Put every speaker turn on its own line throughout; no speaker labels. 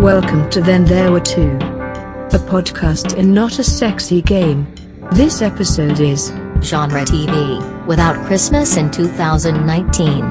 Welcome to Then There Were Two, a podcast and not a sexy game. This episode is
genre TV, without Christmas in 2019.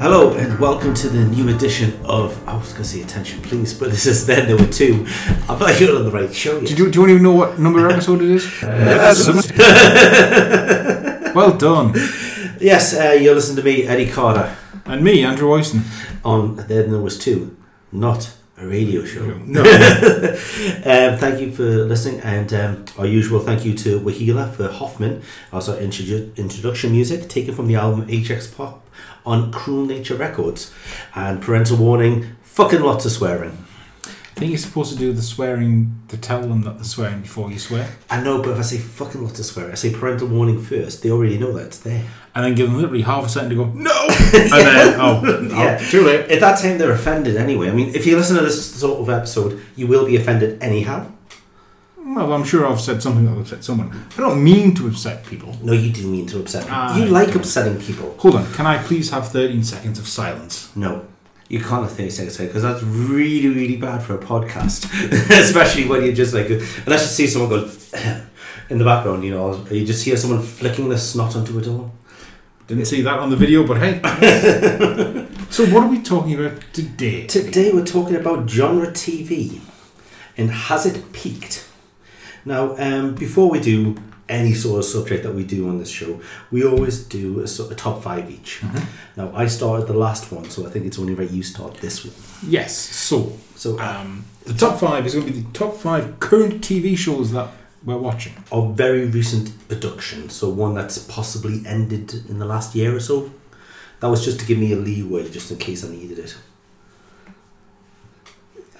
Hello and welcome to the new edition of. I was going to say attention, please, but this is then there were two. I'm not even on the right show yet.
Did you, do you want to even know what number episode it is? well done.
Yes, uh, you're listening to me, Eddie Carter,
And me, Andrew Oyston.
on Then There Was Two, not a radio show.
No.
Um, thank you for listening, and um, our usual thank you to Wahila for Hoffman, as our introdu- introduction music taken from the album HX Pop on Cruel Nature Records, and parental warning: fucking lots of swearing.
I think you're supposed to do the swearing to tell them that they're swearing before you swear.
I know, but if I say fucking lots of swearing, I say parental warning first. They already know that it's there.
And then give them literally half a second to go, no! And then, oh, oh,
Yeah.
too late.
At that time, they're offended anyway. I mean, if you listen to this sort of episode, you will be offended anyhow.
Well, I'm sure I've said something that upset someone. I don't mean to upset people.
No, you do mean to upset.
Ah,
them. you like upsetting people.
Hold on, can I please have 13 seconds of silence?
No, you can't have 30 seconds because that's really, really bad for a podcast. Especially when you're just like, unless you see someone go in the background, you know, or you just hear someone flicking the snot onto a door.
Didn't see that on the video, but hey. so, what are we talking about today?
Today we're talking about genre TV and has it peaked? Now, um, before we do any sort of subject that we do on this show, we always do a, sort of top five each. Now, I started the last one, so I think it's only right you start this one.
Yes, so
So,
Um, the top five is going to be the top five current TV shows that we're watching.
a very recent production, so one that's possibly ended in the last year or so. That was just to give me a leeway, just in case I needed it.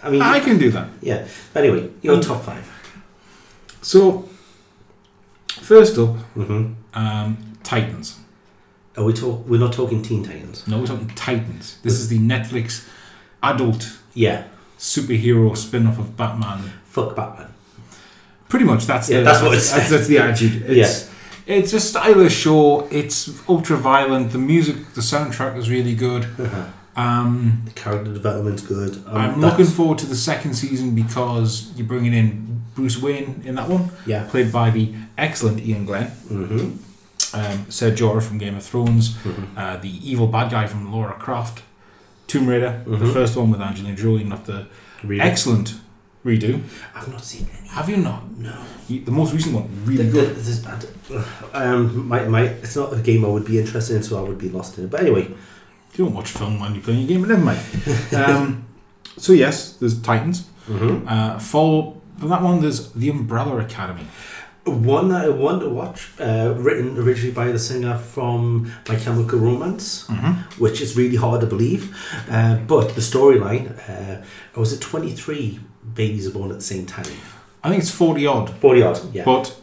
I mean,
I can do that.
yeah. Anyway, your top five.
So, first up,
Mm-hmm.
um, Titans.
Are we talk? We're not talking Teen Titans.
No, we're talking Titans. This is the Netflix adult
Yeah,
superhero spin off of Batman.
fuck Batman.
Pretty much, that's
Yeah,
the,
that's what it's-
that's, that's the attitude. It's, it's a stylish show. It's ultra violent. The music, the soundtrack is really good.
Uh-huh.
Um,
The character development's good. Um,
I'm
that's-
looking forward to the second season because you're bringing in Bruce Wayne in that one,
Yeah.
played by the excellent Ian Glenn,
Mm-hmm.
um, Ser Jorah from Game of Thrones, uh, the evil bad guy from Laura Croft, Tomb Raider, the
Mhm.
first one with Angelina Jolie, not the excellent redo.
I've not seen any.
Have you not?
No.
You- The most recent one, really
The-
good.
the- this- I d- um, my, my, it's not a game I would be interested in, so I would be lost in it. But anyway,
You don't watch film when you're playing a game, but never mind. Um, so yes, there's Titans.
Mhm.
Uh, for from that one, there's The Umbrella Academy.
one that I want to watch, uh, written originally by the singer from My Chemical Romance,
Mm-hmm.
which is really hard to believe. Uh, but the storyline, uh, I was at 23 babies are born at the same time.
I think it's forty odd.
40 odd, yeah.
But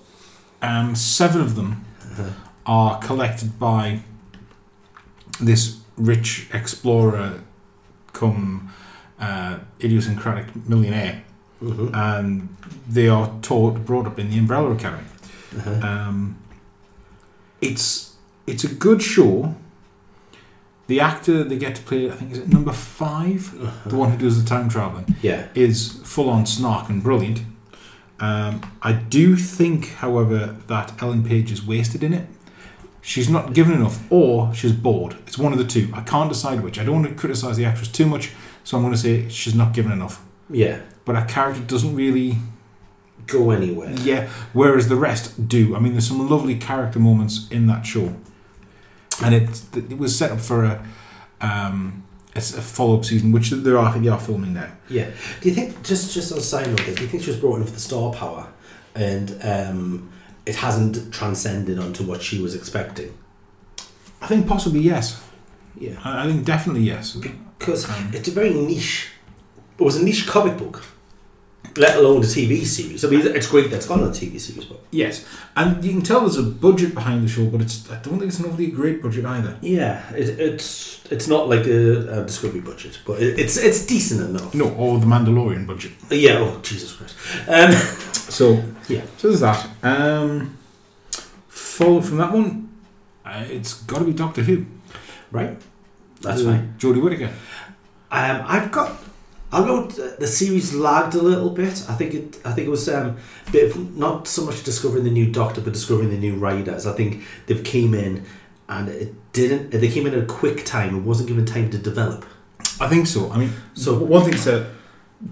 um, seven of them are collected by this rich explorer, come uh, idiosyncratic millionaire,
Mhm.
and they are taught brought up in the Umbrella Academy.
Uh-huh.
Um, it's it's a good show. The actor they get to play, I think, is it number 5 the one who does the time traveling
Yeah.
is full on snark and brilliant. Um, I do think, however, that Ellen Page is wasted in it. She's not given enough, or she's bored. It's one of the two. I can't decide which. I don't want to criticize the actress too much, so I'm going to say she's not given enough.
Yeah.
But her character doesn't really,
Go anywhere.
yeah. Whereas the rest do. I mean, there's some lovely character moments in that show, and it it was set up for a um, a follow up season, which there are they are filming now.
Yeah. Do you think just just on a side note, there, do you think she was brought in for the star power, and um, it hasn't transcended onto what she was expecting?
I think possibly yes.
Yeah. Um,
I I think definitely yes.
Because it's a very niche. It was a niche comic book. let alone the TV series. I mean, it's great that's gone on a TV series, but
Yes, and you can tell there's a budget behind the show, but it's I don't think it's an overly great budget either.
yeah, it, it's it's not like a, a Discovery budget, but it, it's it's decent enough.
No, or the Mandalorian budget.
Yeah. Oh Jesus Christ. Um,
So
yeah.
So there's that. Um, followed from that one, uh, it's got to be Doctor Who.
Right. That's
Uh,
fine.
Jodie Whittaker.
Um, I've got. I know th- the series lagged a little bit. I think it. I think it was um, a bit of- not so much discovering the new Doctor, but discovering the new writers. I think they've came in, and it didn't. They came in at a quick time. It wasn't given time to develop.
I think so. I mean,
So-
so one thing said,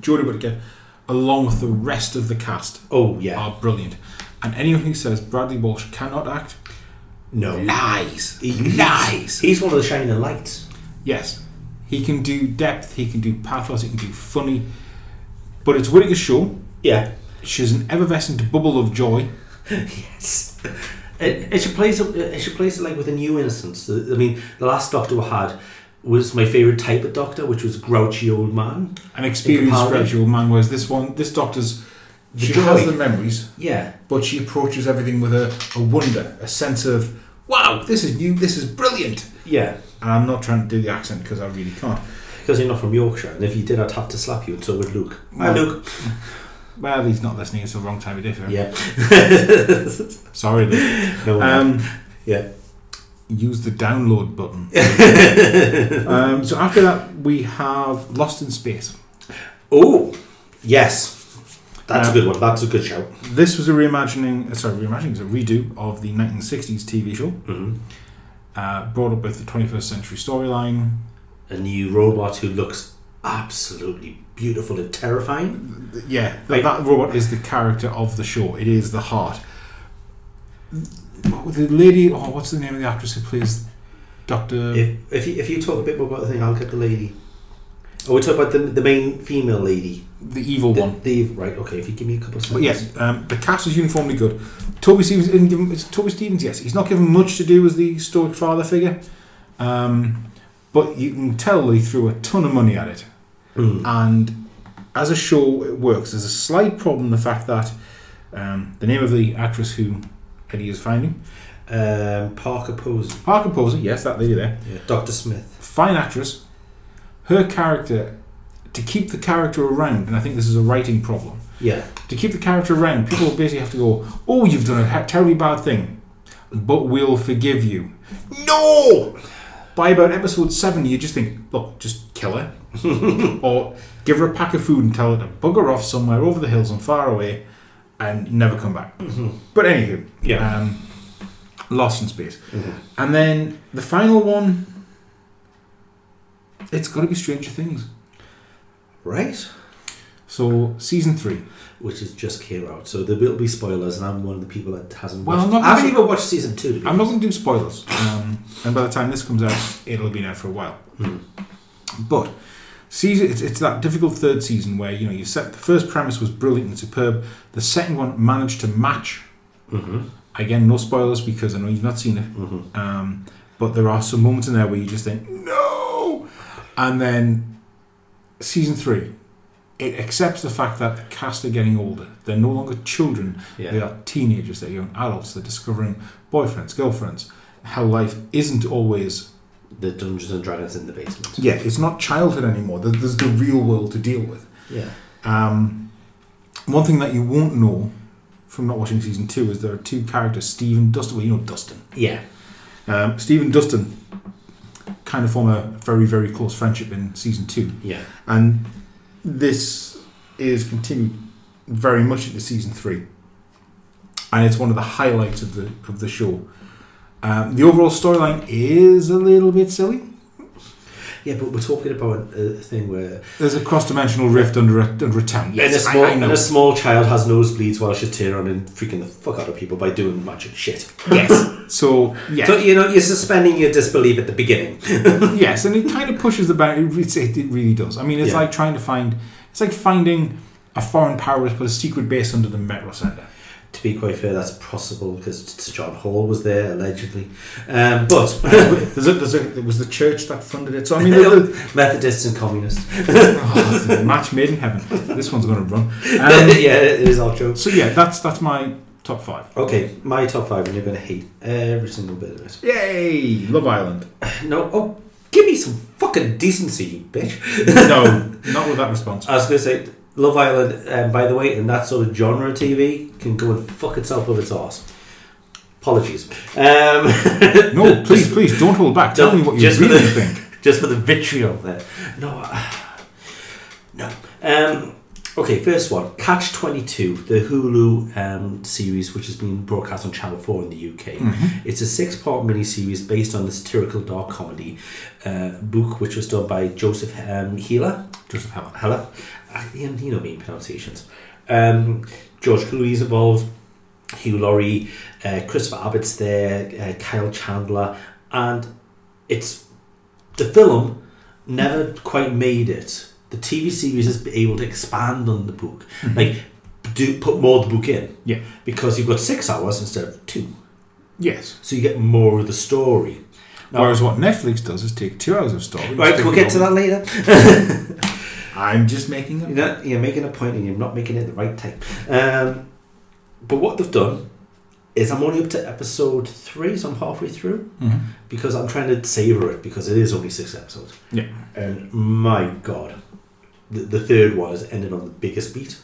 Jodie Whittaker, along with the rest of the cast,
Oh yeah,
are brilliant. And anyone who says Bradley Walsh cannot act
no,
lies,
He- he's-
lies.
He's one of the shining lights.
Yes, he can do depth. He can do pathos. He can do funny. But it's Whittaker's show.
Yeah.
She's an effervescent bubble of joy.
Yes. It, it should place it, it should place it like with a new innocence. I mean, the last Doctor I had was my favorite type of Doctor, which was grouchy old man.
An experienced
Capaldi.
gradual man. Whereas this one, this Doctor's, she
joy.
has the memories.
Yeah.
but she approaches everything with a, a wonder, a sense of, wow, this is new, this is brilliant.
Yeah.
And I'm not trying to do the accent because I really can't.
Because you're not from Yorkshire, and if you did, I'd have to slap you, and so would Luke. Hi,
Well-
Luke.
Well, he's not listening, it's the wrong time of day for him.
Yeah.
Sorry, Luke.
No,
Um,
yeah.
use the download button. um, so after that, we have Lost in Space.
Oh, yes. That's
Um,
a good one. That's a good show.
This was a reimagining, uh, sorry, reimagining, it's a redo of the 1960s TV show. Uh, brought up with the 21st century storyline.
A new robot who looks absolutely beautiful and terrifying.
Yeah, that,
Like-
that robot is the character of the show. It is the heart. The lady, oh, what's the name of the actress who plays Doctor?
If, if, you, if you talk a bit more about the thing, I'll get the lady. Oh, we talk about the, the main female lady.
the evil
The,
one.
the- right, okay, if you give me a couple of seconds.
But yes, um, the cast was uniformly good. Toby Stevens didn't give him, it's Toby Stevens. Yes, he's not given much to do as the stoic father figure, um, but you can tell he threw a ton of money at it.
Mm.
and as a show it works there's a slight problem the fact that um, the name of the actress who Eddie is finding
Um, Parker Posey.
Parker Posey yes that lady there
Yeah, Dr. Smith.
fine actress her character to keep the character around and I think this is a writing problem
Yeah.
to keep the character around people basically have to go oh you've done a ha- terribly bad thing but we'll forgive you no by about episode 7 you just think look just kill her or give her a pack of food and tell her to bugger off somewhere over the hills and far away and never come back. But anywho,
Yeah.
um, lost in space. And then the final one, it's got to be Stranger Things.
Right?
So season three.
Which is just came out, so there will be spoilers, and I'm one of the people that hasn't.
Well,
watched.
I'm not
I haven't
gonna-
even watched season two. To be
I'm not going to do spoilers, um, and by the time this comes out, it'll have been out for a while. But season, it's, it's that difficult third season where you know you set the first premise was brilliant and superb. The second one managed to match. Mm-hmm. Again, no spoilers because I know you've not seen it. Um, but there are some moments in there where you just think no, and then season three. It accepts the fact that the cast are getting older. They're no longer children.
Yeah.
They are teenagers. They're young adults. They're discovering boyfriends, girlfriends, how life isn't always
the Dungeons and Dragons in the basement.
yeah, it's not childhood anymore. There- There's the real world to deal with.
Yeah.
Um, one thing that you won't know from not watching season two is there are two characters, Steve and Dustin. Well, you know Dustin.
Yeah.
Um, Steve and Dustin kind of form a very, very close friendship in season two.
Yeah.
And this is continued very much into season three. And it's one of the highlights of the of the show. Um, the overall storyline is a little bit silly.
Yeah, but we're talking about a, a thing where
There's a cross-dimensional rift under a, under a town.
and, a small, and a small child has nosebleeds while she's tearing and freaking the fuck out of people by doing magic shit.
yes. So yeah,
So you know you're suspending your disbelief at the beginning.
yes, and it kind of pushes the boundary. It, it, it really does. I mean, it's
Yeah.
like trying to find. It's like finding a foreign power that's put a secret base under the metro center.
To be quite fair, that's possible because Sir John Hall was there allegedly. Um, but
there's a, there's a, it was the church that funded it. So I mean, the, the,
Methodists and communists.
oh, it's a match made in heaven. This one's going to run. Um,
yeah, it is our joke.
so yeah, that's that's my top five.
Okay, my top five, and you're going to hate every single bit of it.
Yay! Love Island.
No, oh, give me some fucking decency, you bitch.
No, not with that response.
I was going to say, Love Island, um, by the way, in that sort of genre TV, can go and fuck itself with its arse. Apologies. Um,
No, please, please don't hold back. Tell me what you
just for
really
the-
think.
Just for the vitriol there. No, ah, no. Um, okay, first one Catch 22, the Hulu um, series which has been broadcast on Channel 4 in the UK.
Mm-hmm.
It's a six part miniseries based on the satirical dark comedy uh, book which was done by Joseph um, Healer.
Joseph Helen.
Hello. You you know me in pronunciations. Um, George Clooney's involved, Hugh Laurie, uh, Christopher Abbott's there, uh, Kyle Chandler, and it's the film never quite made it. The TV series has been able to expand on the book, like do put more of the book in.
Yeah.
because you've got six hours instead of two,
Yes.
so you get more of the story. Now-
Whereas what Netflix does is take two hours of story. and
right,
stick
we'll
it
get to
all-
that later.
I'm just making it.
You're, not, you're making a point and you're not making it the right time. Um, but what they've done is I'm only up to episode three, so I'm halfway through
Mhm.
because I'm trying to savor it because it is only six episodes.
Yeah.
And my god, the, the third one is ended on the biggest beat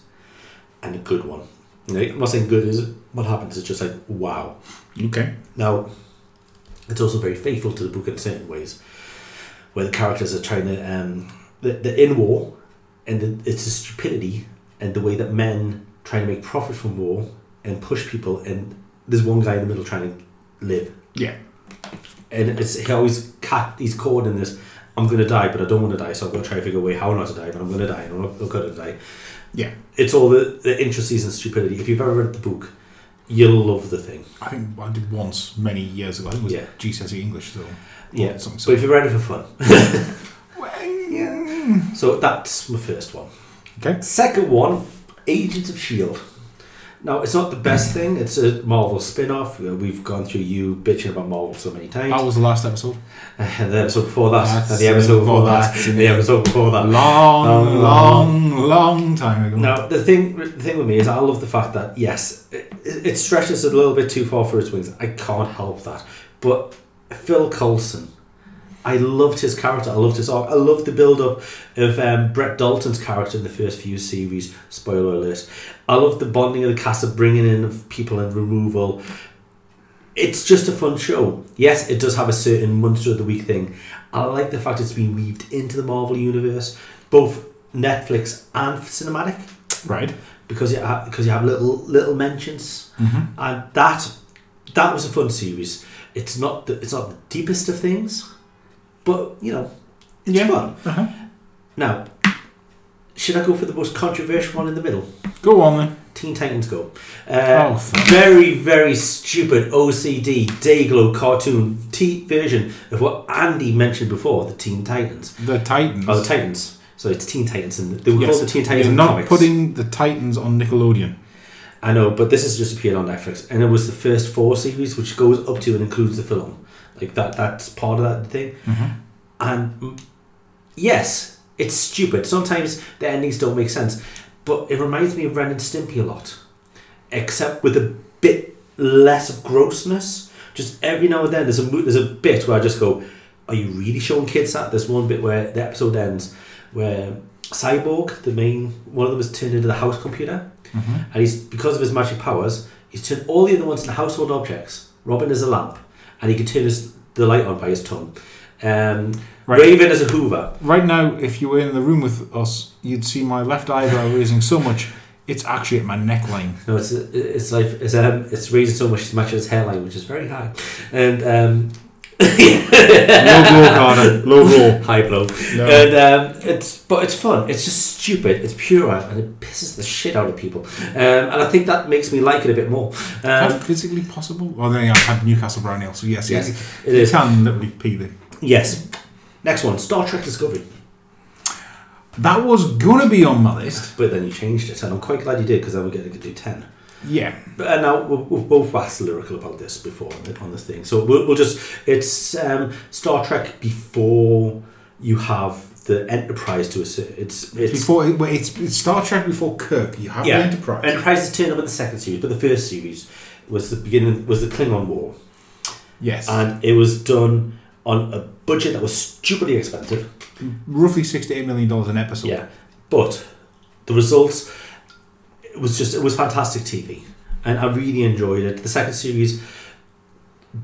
and a good one. You know, I'm not saying good is what happens, it's just like wow.
Okay.
Now, it's also very faithful to the book in certain ways, where the characters are trying to um, the the in war, and the, it's the stupidity and the way that men trying to make profit from war and push people, and there's one guy in the middle trying to live,
Yeah.
and it's he always cat he's caught in this. I'm gonna die, but I don't want to die, so I'm gonna try to figure a way how not to die, but I'm gonna die, and I'm not I'm gonna die.
Yeah.
It's all the, the intricacies and stupidity. If you've ever read the book, you'll love the thing.
I think I did once many years ago. I think it was
Yeah.
GCSE English. So
Yeah.
Something,
So if you're ready for fun.
yeah.
So that's my first one.
Okay.
Second one, Agents of Shield. E Now it's not the best thing. It's a Marvel spin-off. Uh, We've gone through you bitching about Marvel so many times.
That was the last episode.
and the episode before that,
Oh. That's
and the episode
it,
before that,
that's
and
it.
the episode before
A
that.
long,
Um,
long, long time ago.
Now the thing, the thing with me is, I love the fact that yes, it, it stretches a little bit too far for its wings. I can't help that. But Phil Coulson, I loved his character. I loved his arc. I loved the build up of um, Brett Dalton's character in the first few series. Spoiler alert! I loved the bonding of the cast of bringing in of people and removal. It's just a fun show. Yes, it does have a certain monster of the week thing. I like the fact it's been weaved into the Marvel universe, both Netflix and cinematic
Right.
because you have, because you have little little mentions,
Mm-hmm.
and that that was a fun series. It's not the, it's not the deepest of things, but you know, it's
Yeah.
fun.
Uh-huh.
Now, should I go for the most controversial one in the middle?
Go on then.
Teen Titans Go. Uh,
Oh, fuck.
very very stupid OCD Dayglow cartoon t- version of what Andy mentioned before, the Teen Titans.
The Titans.
Oh, the Titans. So it's Teen Titans, and they were
Yes.
called the Teen Titans.
You're
in
not
comics.
putting the Titans on Nickelodeon.
I know, but this has just appeared on Netflix, and it was the first four series, which goes up to and includes the film. Like that, that's part of that thing. And mm, yes, it's stupid. Sometimes the endings don't make sense, but it reminds me of Ren and Stimpy a lot, except with a bit less of grossness. Just every now and then, there's a mo- there's a bit where I just go, "Are you really showing kids that?" There's one bit where the episode ends where Cyborg, the main one of them, is turned into the house computer, and he's because of his magic powers, he's turned all the other ones into household objects. Robin is a lamp, and he can turn his the light on by his tongue. Um,
Right.
Raven is a Hoover.
Right now, if you were in the room with us, you'd see my left eyebrow raising so much, it's actually at my neckline.
No, it's it's like it's um it's raising so much to match his hairline, which is very high, and um,
Low blow, Carter. Low blow.
high blow.
No.
And um, it's but it's fun. It's just stupid. It's puerile, and it pisses the shit out of people. Um, and I think that makes me like it a bit more.
Is
Um,
that physically possible? Well, then I've had Newcastle Brown Ale, so yes, yes.
Yes, it
you
is.
can literally pee there.
yes. Next one, Star Trek Discovery.
That was going to be on my list.
But then you changed it, and I'm quite glad you did because then we're going to do ten.
Yeah.
But, uh, now we- we've both waxed lyrical about this before on the- on this thing, so we'll, we'll just it's um, Star Trek before you have the Enterprise to assert. It's it's
Before well, it's, it's Star Trek before Kirk. You have
yeah.
the Enterprise.
Enterprise is turned up in the second series, but the first series was the beginning was the Klingon War,
yes.
and it was done on a budget that was stupidly expensive.
Roughly six to eight million dollars an episode.
Yeah, but the results it was just it was fantastic TV, and I really enjoyed it. The second series,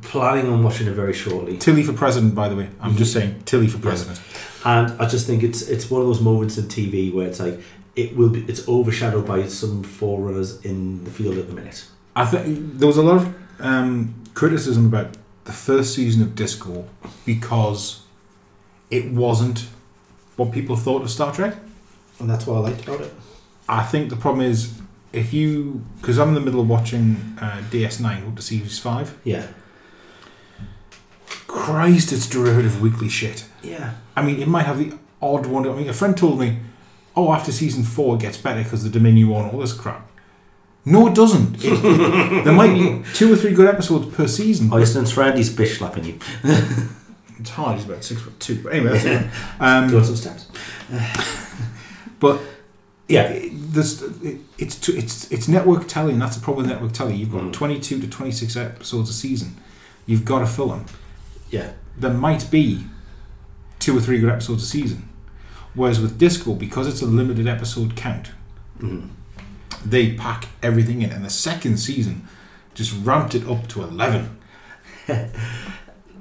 planning on watching it very shortly,
Tilly for president, by the way. I'm just saying Tilly for president.
and I just think it's it's one of those moments in TV where it's like it will be it's overshadowed by some forerunners in the field at the minute.
I think there was a lot of um, criticism about the first season of Disco because it wasn't what people thought of Star Trek.
And that's what I liked about it.
I think the problem is if you because I'm in the middle of watching uh, DS9 up to series five.
Yeah.
Christ, it's derivative weekly shit.
Yeah.
I mean, it might have the odd one. I mean, a friend told me, "Oh, after season four, it gets better because the Dominion War and all this crap." No, it doesn't. It- it- there might be two or three good episodes per season. but
Iceland's friend, he's bitch slapping you.
It's hard. He's about six foot two. But anyway, that's um,
Do you want some steps?
but
Yeah.
it- there's, it, it's too, it's it's network telly, and that's the problem with network telly. You've got
Mm.
22 to 26 episodes a season. You've got to fill them.
Yeah.
There might be two or three good episodes a season. Whereas with Disco, because it's a limited episode count,
Mm.
they pack everything in, and the second season just ramped it up to 11.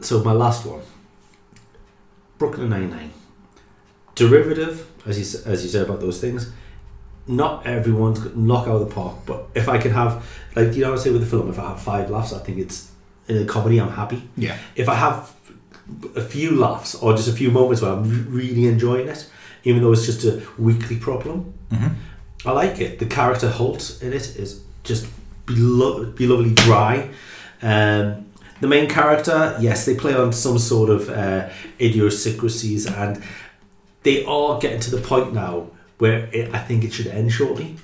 So my last one, Brooklyn Nine Nine, derivative, as you s- as you said about those things. Not everyone's got knock out of the park, but if I could have, like you know, what I say with the film, if I have five laughs, I think it's in a comedy. I'm happy.
Yeah.
If I have a few laughs or just a few moments where I'm re- really enjoying it, even though it's just a weekly problem,
Mhm.
I like it. The character Holt in it is just belo- belovedly dry. Um, the main character, yes, they play on some sort of uh, idiosyncrasies, and they are getting to the point now where it, I think it should end shortly.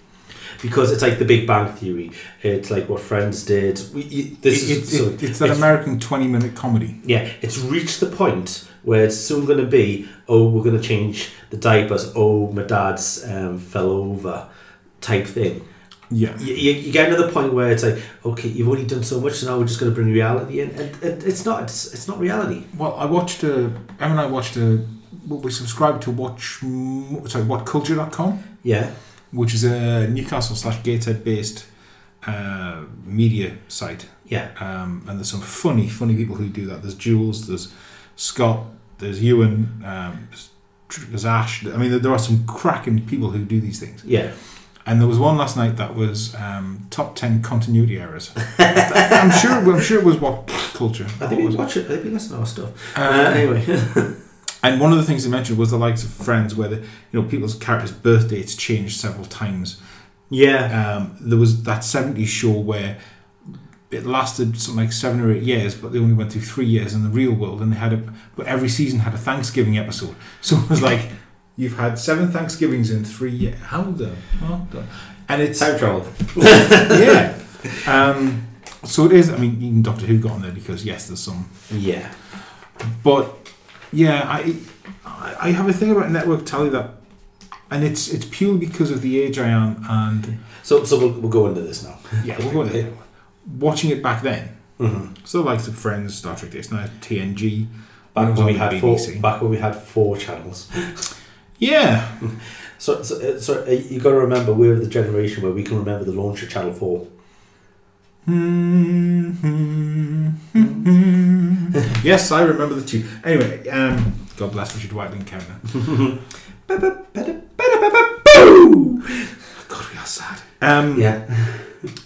Because it's like the Big Bang Theory. It's like what Friends did. We, you, this is
It- it-
so-
it- it's that American 20 minute comedy.
yeah, it's reached the point where it's soon going to be, oh, we're going to change the diapers, oh, my dad's um, fell over type thing.
Yeah.
You, you, you get another point where it's like, okay, you've already done so much, so now we're just going to bring reality in. And, and it's not, it's, it's not reality.
Well, I watched a. Em and I watched a. well, We subscribed to Watch. m- Sorry, WhatCulture.com,
Yeah,
which is a Newcastle slash Gateshead based uh, media site.
yeah,
Um, and there's some funny, funny people who do that. There's Jules, there's Scott, there's Ewan, um, there's Tr- there's Ash. I mean, there- there are some cracking people who do these things.
yeah.
And there was one last night that was um, top ten continuity errors. I'm sure. I'm sure it was what culture.
I think we
What was it?
watch it, I think we listen to our stuff.
Um,
Uh, anyway,
And one of the things they mentioned was the likes of Friends, where the, you know people's characters' birth dates changed several times.
yeah,
Um, there was that '70s show where it lasted something like seven or eight years, but they only went through three years in the real world, and they had a but every season had a Thanksgiving episode, so it was like you've had seven Thanksgivings in three years. How the how the- and it's
time travel.
yeah. Um, so it is. I mean, even Doctor Who got on there because yes, there's some
Yeah,
but yeah, I I I have a thing about network telly that, and it's it's purely because of the age I am, and
so so we'll, we'll go into this now.
yeah, we'll go with it. watching it back then.
hmm
So the likes of Friends, Star Trek, it's now TNG. and it
Back
was
when we
on the
had four,
BBC.
back when we had four channels.
Yeah,
So, so, so uh, you got to remember, we're the generation where we can remember the launch of Channel Four.
yes, I remember the two. Anyway, um, God bless Richard Whiteley and Kevin. God, we are sad. Um,
Yeah,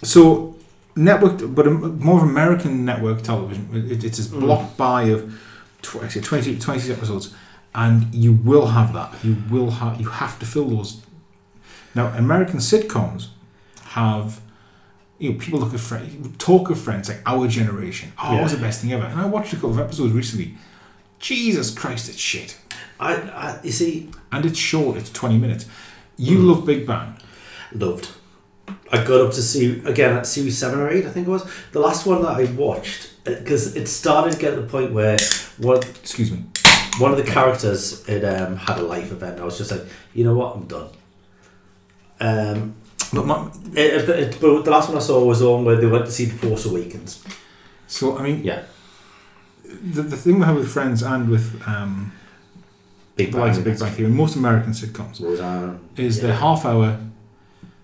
So network, but a, more of American network television. It, it is
Mm.
blocked by of tw- actually 20, 20 episodes, and you will have that. You will have. You have to fill those. Now, American sitcoms have. You know, people look at friends, talk of friends like our generation. Oh, it was
Yeah.
the best thing ever. And I watched a couple of episodes recently. Jesus Christ, it's shit,
I, I you see, Mm.
and it's short. It's twenty minutes. You love Big Bang.
loved. I got up to see again at series seven or eight, I think it was the last one that I watched because it started getting to the point where one
Excuse me.
one of the characters had um, had a life event. I was just like, you know what, I'm done. Um,
But my,
it, it- it- but the last one I saw was on where they went to see the Force Awakens.
so I mean,
Yeah,
the, the thing we have with Friends and with um,
Big
the likes
Bang.
of Big Bang Theory, most American sitcoms,
Was, um,
is
yeah.
the half-hour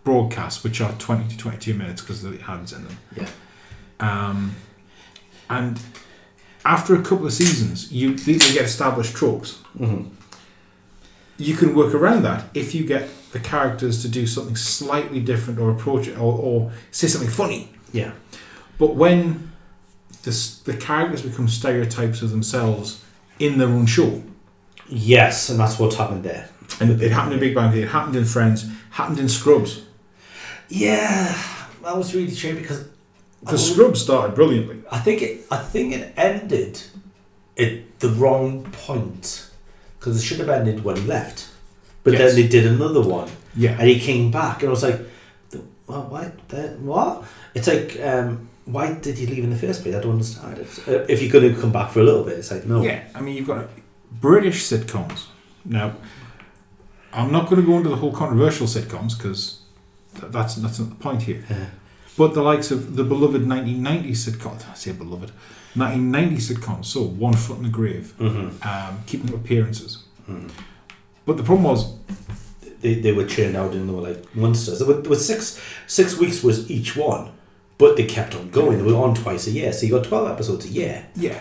broadcasts, which are twenty to twenty-two minutes because of the ads in them.
Yeah.
Um, and after a couple of seasons, you these you get established tropes.
Mhm.
You can work around that if you get the characters to do something slightly different or approach it or, or say something funny.
Yeah.
But when the, s- the characters become stereotypes of themselves in their own show,
Yes, and that's what's happened there.
and it happened in Big Bang Theory, it happened in Friends, happened in Scrubs.
Yeah, that was really true because I
Because
al-
Scrubs started brilliantly.
I think it. I think it ended at the wrong point because it should have ended when he left, but
Yes.
then they did another one
Yeah.
and he came back and I was like, "The- "Well, why? The, what?" It's like, um, why did you leave in the first place? I don't understand it. Uh, If you're going to come back for a little bit, it's like no.
Yeah, I mean, you've got British sitcoms. Now, I'm not going to go into the whole controversial sitcoms because th- that's that's not the point here.
Yeah.
But the likes of the beloved 1990 sitcom, I say beloved, 1990 sitcoms, so One Foot in the Grave,
Mhm.
um, Keeping Up Appearances.
Mhm.
But the problem was,
They, they were churned out and they were like monsters. There were, there were six six weeks was each one, but they kept on going. They were on twice a year, so you got twelve episodes a year.
yeah,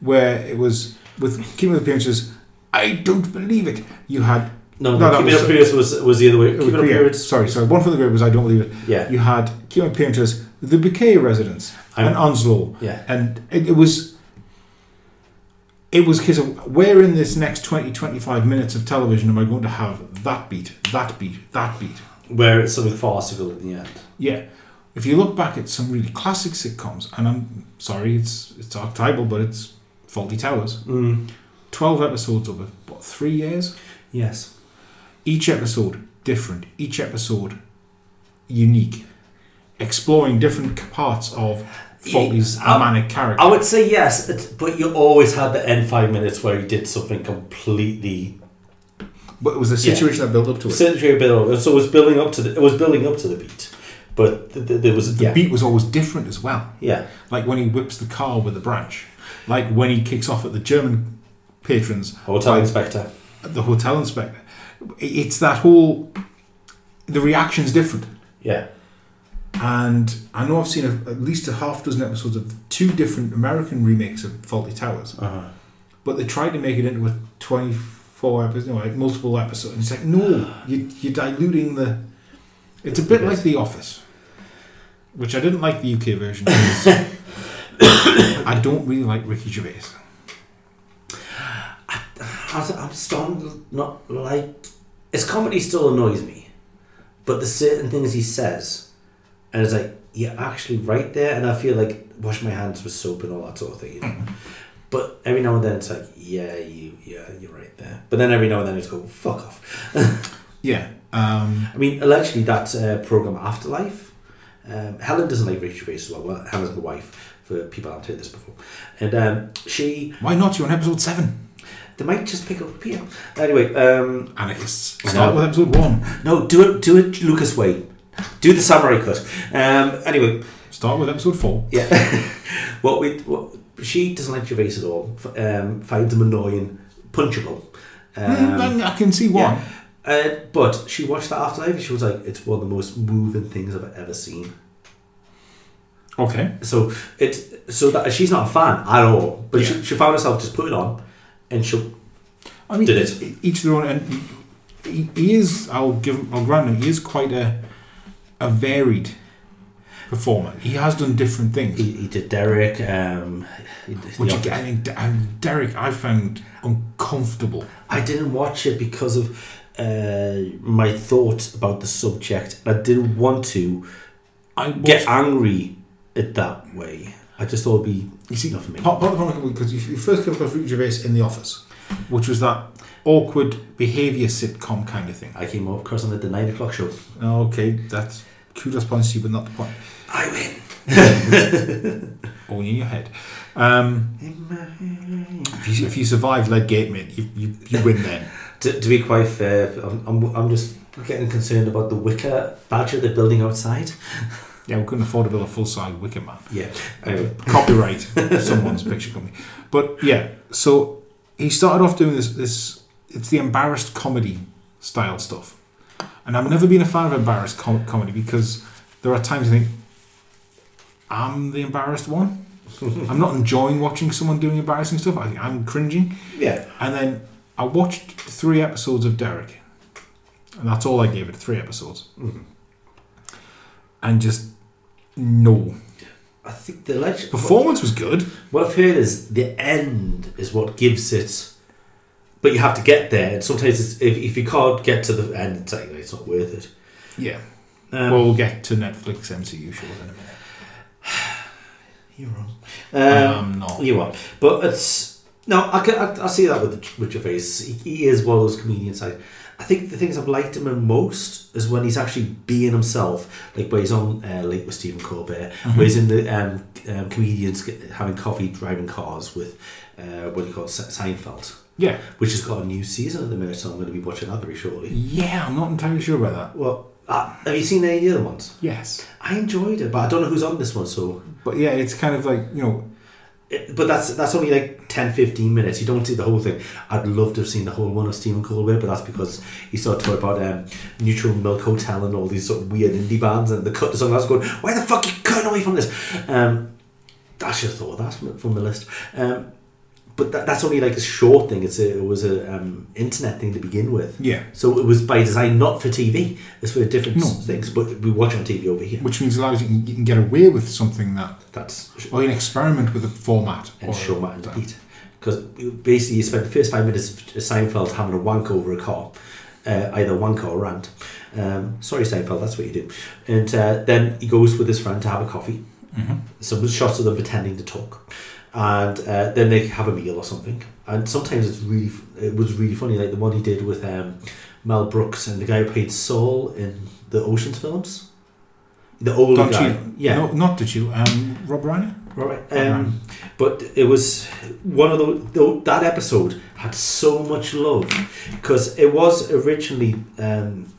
where it was with Keeping Up Appearances, I don't believe it. You had
No, no,
No, that
keeping
was-
up periods was was the other way. Keeping up
yeah,
periods.
Sorry, sorry. One for the grave was I don't believe it.
Yeah.
You had Keaton Painters, the Bouquet residence,
I'm-
and Onslow.
Yeah.
And it, it was. It was a case of where in this next 20, 25 minutes of television am I going to have that beat, that beat, that beat?
Where it's something farcical in the end.
Yeah. If you look back at some really classic sitcoms, and I'm sorry, it's it's archetypal, but it's Faulty Towers.
Mm.
12 episodes over, what, three years?
Yes.
each episode different, each episode unique, exploring different parts of Faulty's
Yeah, I-
manic character.
I would say yes, it's, but you always had the end five minutes where he did something completely
but it was the situation that built up to it.
century build. So it was building up to the, it was building up to the beat, but th- th- there was
the
yeah,
beat was always different as well.
yeah,
Like when he whips the car with a branch, like when he kicks off at the German patrons,
hotel
by-
inspector.
at the hotel inspector. It's that whole. The reaction's different.
Yeah,
And I know I've seen a, at least a half dozen episodes of two different American remakes of Faulty Towers.
uh-huh.
but they tried to make it into a 24 episode, like multiple episodes. And it's like, no, you, you're diluting the. It's a bit like The Office, which I didn't like the UK version. because I don't really like Ricky Gervais.
I, am starting to not like his comedy still annoys me, but the certain things he says, and it's like you're actually right there, and I feel like wash my hands with soap and all that sort of thing. You know? But every now and then it's like yeah, you yeah you're right there. But then every now and then it's go fuck off.
Yeah. Um,
I mean, allegedly that uh, program Afterlife. Um, Helen doesn't like Rachel Grace as well. well. Helen's my wife. For people who haven't heard this before, and um, she
why not? You're on episode seven.
they might just pick up here. Anyway, um,
Anarchists.
I
Start
know.
with episode one.
No, do it. Do it, Lucas way. Do the samurai cut. Um. Anyway,
Start with episode four.
yeah. what we what she doesn't like Gervais at all. f- Um, finds him annoying, punchable.
Mm,
Um,
then I can see why.
yeah. uh, but she watched that afterlife. and She was like, "It's one of the most moving things I've ever seen."
Okay.
So it so that she's not a fan at all. But
Yeah.
she, she found herself just put it on, and she'll
I mean,
Did it.
e- each their own. And he, he is. I'll give. him- I'll grant him. He is quite a a varied performer. He has done different things.
he, he did Derek. Um, he did The
Which
Office.
again, I mean, D- and Derek, I found uncomfortable.
I didn't watch it because of uh, my thoughts about the subject. I didn't want to
I watched,
get angry at that way. I just thought it'd be
you see,
not for me.
part, part of the problem because you you first came across Ricky Gervais in The Office, which was that awkward behaviour sitcom kind of thing.
I came up across him at the nine o'clock show.
Okay, that's kudos points to you, but not the point.
I win.
Only in your head. Um, if, you, if you survive Leadgate, mate, you, you, you win then.
To, to be quite fair, I'm, I'm, I'm just getting concerned about the wicker badger they're building outside.
Yeah, we couldn't afford to build a full size Wicker Man.
Yeah. Anyway.
Copyright someone's picture company. But yeah, so he started off doing this. This it's the embarrassed comedy style stuff, and I've never been a fan of embarrassed com- comedy because there are times I think I'm the embarrassed one. I'm not enjoying watching someone doing embarrassing stuff. I, I'm cringing.
Yeah.
And then I watched three episodes of Derek, and that's all I gave it three episodes.
Mm-hmm.
And just no.
I think the legend.
Performance was good.
What I've heard is the end is what gives it, but you have to get there. And sometimes it's, if, if you can't get to the end, it's, like, it's not worth it.
Yeah.
Um,
well, we'll get to Netflix MCU shows in a minute.
You're wrong.
I'm not.
Um, You are. But it's. No, I, can, I, I see that with, with Gervais. He, he is one of those comedians. I, I think the things I've liked him in most is when he's actually being himself, like where he's on uh, Late with Stephen Colbert, where he's in the um, um, comedians get- having coffee, driving cars with uh, what do you call it, Se- Seinfeld,
Yeah.
which has got a new season at the minute, so I'm going to be watching that very shortly.
Yeah, I'm not entirely sure about that.
Well, uh, have you seen any of the other ones?
Yes.
I enjoyed it, but I don't know who's on this one, so
But yeah, it's kind of like, you know,
It- but that's that's only like 10 15 minutes you don't see the whole thing i'd love to have seen the whole one of stephen colbert but that's because he's sort of talking about um, neutral milk hotel and all these sort of weird indie bands and the cut to someone else going why the fuck you cutting away from this um i should have thought of that from, from the list um but that, that's only like a short thing it's a, it was a um, internet thing to begin with
Yeah.
so it was by design not for tv it's for different
No.
things but we watch on tv over here
which means it allows you can, you can get away with something that,
that's
or you can experiment with a format.
and
or,
show Matt and Pete. Because basically, you spent the first five minutes of Seinfeld having a wank over a car, uh, either wank or rant. Um, sorry, Seinfeld, that's what you do. And uh, then he goes with his friend to have a coffee.
Mm-hmm.
Some shots of them pretending to talk, and uh, then they have a meal or something. And sometimes it's really, it was really funny, like the one he did with um, Mel Brooks and the guy who played Saul in the Ocean's films. The older
Don
guy,
Cheadle.
yeah,
No, not Don Cheadle. Um, Rob Reiner?
Right. Um, but it was one of those. tho- That episode had so much love because it was originally um,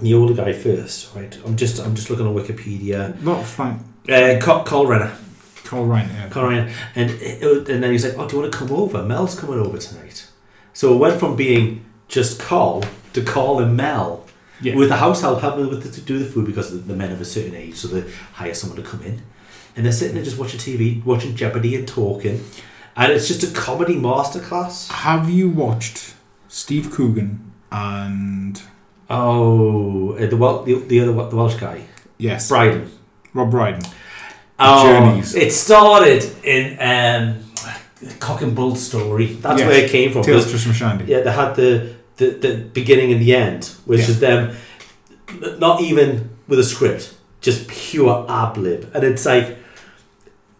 the older guy first, right? I'm just I'm just looking on Wikipedia.
Not Frank.
Uh, Col, Col Renner,
Carl Reiner.
Col Renner, and it, it- and then he's like, "Oh, do you want to come over? Mel's coming over tonight." So it went from being just Col to Col and Mel.
Yeah.
With the household having with the, to do the food because the, the men of a certain age, so they hire someone to come in, and they're sitting there just watching TV, watching Jeopardy and talking, and it's just a comedy masterclass.
Have you watched Steve Coogan and,
Oh, uh, the Wel- the, the other Wel- the Welsh guy,
yes,
Bryden.
Rob Brydon?
Oh,
Journeys.
it started in um, Cock and Bull story. That's
Yes.
where it came from.
Tales just from Shandy.
Oh, Yeah, they had the, the, the beginning and the end, which
Yeah.
is them n- not even with a script, just pure ad lib. And it's like,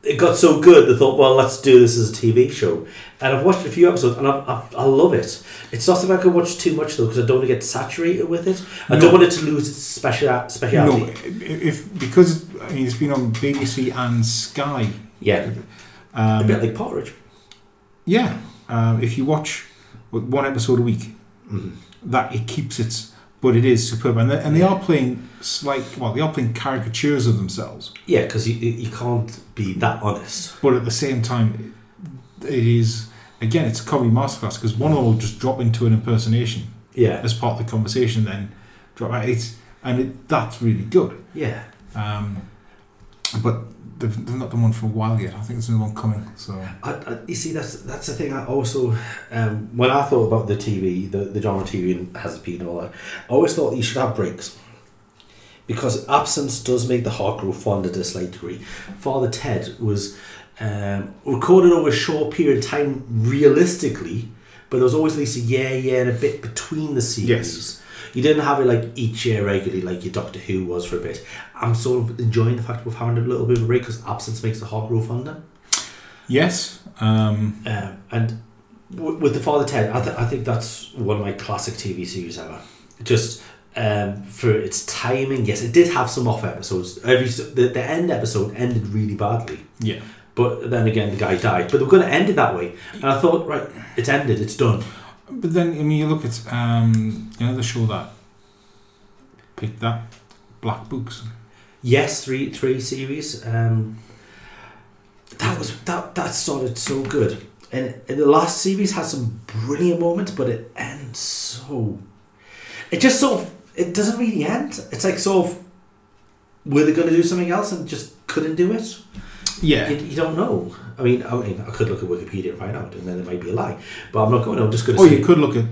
it got so good, they thought, well, let's do this as a TV show. And I've watched a few episodes and I, I, I love it. It's not something I can watch too much, though, because I don't want to get saturated with it. I
No.
don't want it to lose its special, speciality.
No, if, if because I mean, it's been on BBC and Sky.
Yeah. a
Um,
bit like Porridge.
yeah. Um, if you watch one episode a week, mm-hmm. that it keeps its, but it is superb, and they, and they are playing slight. Well, they are playing caricatures of themselves,
Yeah, because you, you can't be that honest.
but at the same time, it is again it's a comedy masterclass because one of them will just drop into an impersonation
Yeah.
as part of the conversation, then drop out. It's and it, that's really good.
Yeah.
Um, but they've, they've not done one for a while yet. I think there's another one coming. So
I, I, you see, that's that's the thing. I also, um, when I thought about the TV, the, the genre TV and has been and all that, I always thought you should have breaks because absence does make the heart grow fonder to a slight degree. Father Ted was um, recorded over a short period of time, realistically, but there was always at least a year, year and a bit between the series.
Yes.
You didn't have it like each year regularly, like your Doctor Who was for a bit. I'm sort of enjoying the fact we've having a little bit of a break because absence makes the heart grow fonder.
yes, um,
Um, and w- with the Father Ted, I, th- I think that's one of my classic TV series ever. Just um, for its timing. Yes, it did have some off episodes. Every s- the, the end episode ended really badly,
Yeah.
but then again the guy died. But they were going to end it that way, and I thought, right, it's ended, it's done.
But then, I mean, you look at um, you know the show that picked that Black Books.
Yes, three three series. Um, that was that that started so good, and, and the last series had some brilliant moments, but it ends so. It just sort of it doesn't really end. It's like sort of were they going to do something else and just couldn't do it.
Yeah.
You, you don't know. I mean, I mean, I could look at Wikipedia and find out, and then it might be a lie. But I'm not going. I'm just going to.
Or
say,
Oh, you could look at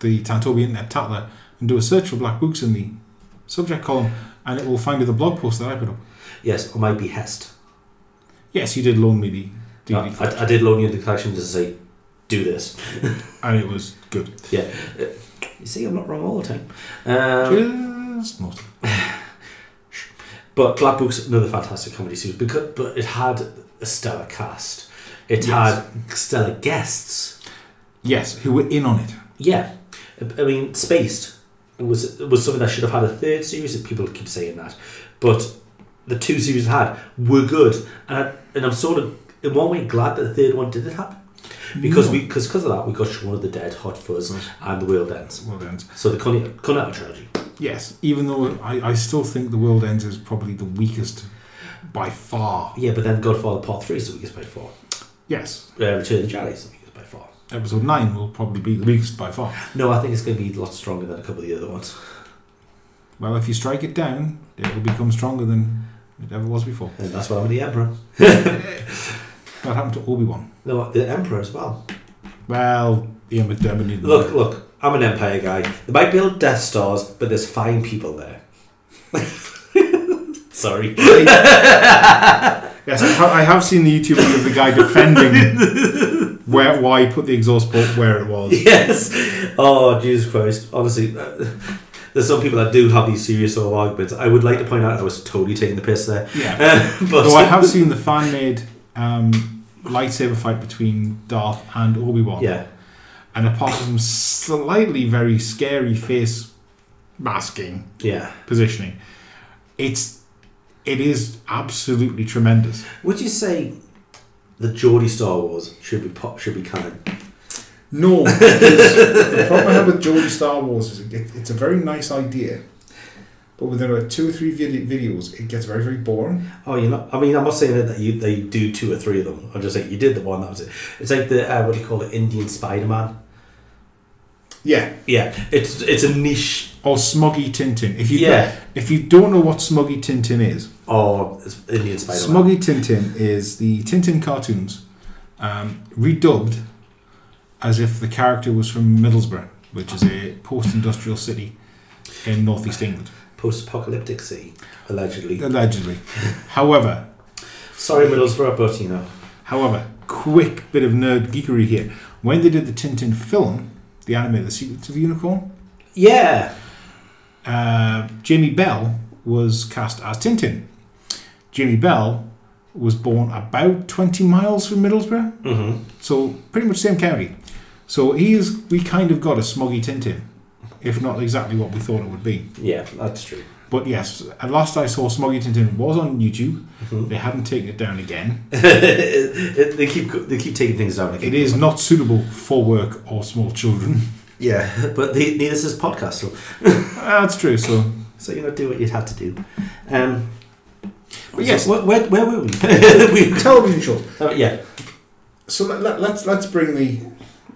the Tantobi Internet Tatler and do a search for Black Books in the subject column, and it will find you the blog post that I put up.
Yes, or my behest.
Yes, you did loan me the
I,
DVD,
I, I did loan you the collection to say, do this.
and it was good.
Yeah. Uh, You see, I'm not wrong all the time. Um,
Just mostly.
But Black Book's another fantastic comedy series because but it had a stellar cast. It
Yes.
had stellar guests.
Yes, who were in on it.
Yeah, I I mean, Spaced was was something that should have had a third series, and people keep saying that. But the two series it had were good, and I, and I'm sort of in one way glad that the third one didn't happen because we because because of that we got Shaun of the Dead, Hot Fuzz, and The World Ends.
World Ends.
So the Connie Connie Arthur trilogy.
Yes, even though I, I still think The World Ends is probably the weakest by far.
Yeah, but then Godfather Part Three is the weakest by four.
Yes.
Uh, Return of the Jedi is the weakest by four.
Episode 9 will probably be the weakest by far.
No, I think it's going to be a lot stronger than a couple of the other ones.
Well, if you strike it down, it will become stronger than it ever was before.
And that's why I'm the Emperor.
That happened to Obi Wan.
No, the Emperor as well.
Well, Ian McDermott needed
Look, look, I'm an Empire guy. They might build Death Stars, but there's fine people there. Sorry.
Yes, I ha- I have seen the YouTube video of the guy defending where why he put the exhaust port where it was.
yes. Oh, Jesus Christ. Honestly, uh, there's some people that do have these serious sort of arguments. I would like to point out I was totally taking the piss there.
Yeah.
Uh, but
Though I have seen the fan made um, lightsaber fight between Darth and Obi Wan.
Yeah.
And apart from slightly very scary face masking
Yeah.
positioning, it's it is absolutely tremendous.
Would you say the Geordie Star Wars should be pop should be canon?
No, because the problem I have with George Star Wars is it, it's a very nice idea, but within about two or three vid- videos, it gets very, very boring.
Oh, you're not. I mean, I'm not saying that you they do two or three of them. I'm just saying you did the one that was it. It's like the uh, what do you call it, Indian Spider Man.
Yeah.
Yeah, it's it's a niche.
Or Smoggy Tintin. If you
Yeah.
if you don't know what Smoggy Tintin is,
Oh, it's Indian Spider Man.
Smoggy Tintin is the Tintin cartoons um, redubbed as if the character was from Middlesbrough, which is a post-industrial city in northeast England,
Post apocalyptic sea, allegedly.
allegedly. However,
Sorry, Middlesbrough, but you know.
However, quick bit of nerd geekery here. When they did the Tintin film, the anime The Secrets of Unicorn,
Yeah,
uh, Jamie Bell was cast as Tintin. Jamie Bell was born about 20 miles from Middlesbrough,
mm-hmm.
so pretty much same county. So he is, we kind of got a smoggy Tintin, if not exactly what we thought it would be.
yeah, that's true.
But yes, at last I saw Smoggy Tintin was on YouTube.
Mhm.
They haven't taken it down again.
they keep they keep taking things down.
It is not suitable for work or small children.
Yeah, but the, this is podcast, so,
That's true. So,
so you know, do what you'd had to do. Um,
But yes.
where, where, where were we? we
television shows.
uh, yeah.
So let, let, let's let's bring the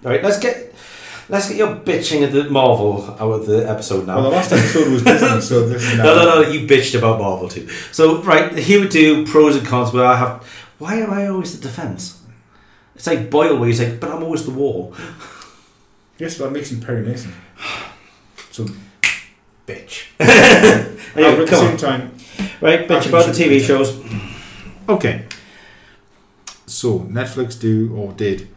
All right, let's get let's get your bitching at the Marvel out of the episode now.
well. The last episode was Disney, so this is now.
no, no, no, you bitched about Marvel too. So right, here we do pros and cons. But I have why am I always the defense? It's like Boyle, where he's like, but I'm always the war
Yes, that makes you Perry Mason. So
bitch.
however,
anyway,
at the
come
same
on.
time,
Right, bitch about the TV shows.
okay. So Netflix do or did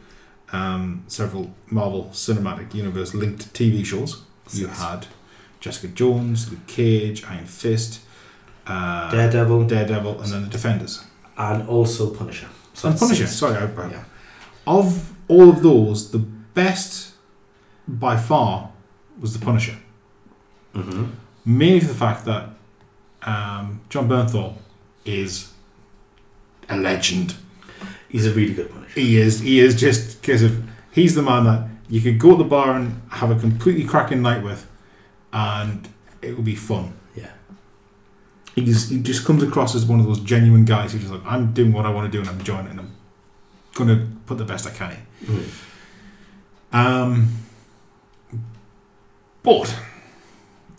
um, several Marvel Cinematic Universe linked TV shows. You had Jessica Jones, Luke Cage, Iron Fist, uh,
Daredevil
Daredevil, and then the Defenders.
and also Punisher. So
and
that's
Punisher.
six.
Sorry, I, I-
Yeah.
of all of those, the best by far was the Punisher.
Mm-hmm.
mainly for the fact that um, John Bernthal is a legend.
He's a really good Punisher.
He is. He is just because of he's the man that you could go to the bar and have a completely cracking night with, and it will be fun.
Yeah.
He just, he just comes across as one of those genuine guys who's just like, I'm doing what I want to do and I'm enjoying it and I'm going to put the best I can in.
Mm.
Um, but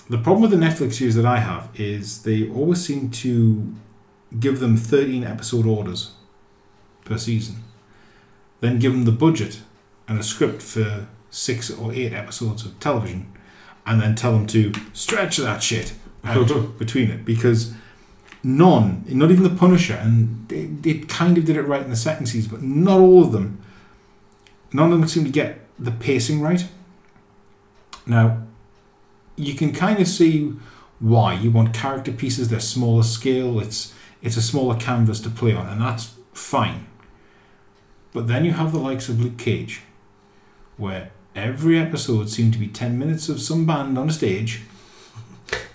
the problem with the Netflix series that I have is they always seem to give them 13 episode orders per season, then give them the budget and a script for six or eight episodes of television, and then tell them to stretch that shit out between it because none, not even the Punisher, and they, they kind of did it right in the second season, but not all of them none of them seem to get the pacing right. Now, you can kind of see why you want character pieces. They're smaller scale. It's it's a smaller canvas to play on, and that's fine. But then you have the likes of Luke Cage, where every episode seemed to be ten minutes of some band on a stage.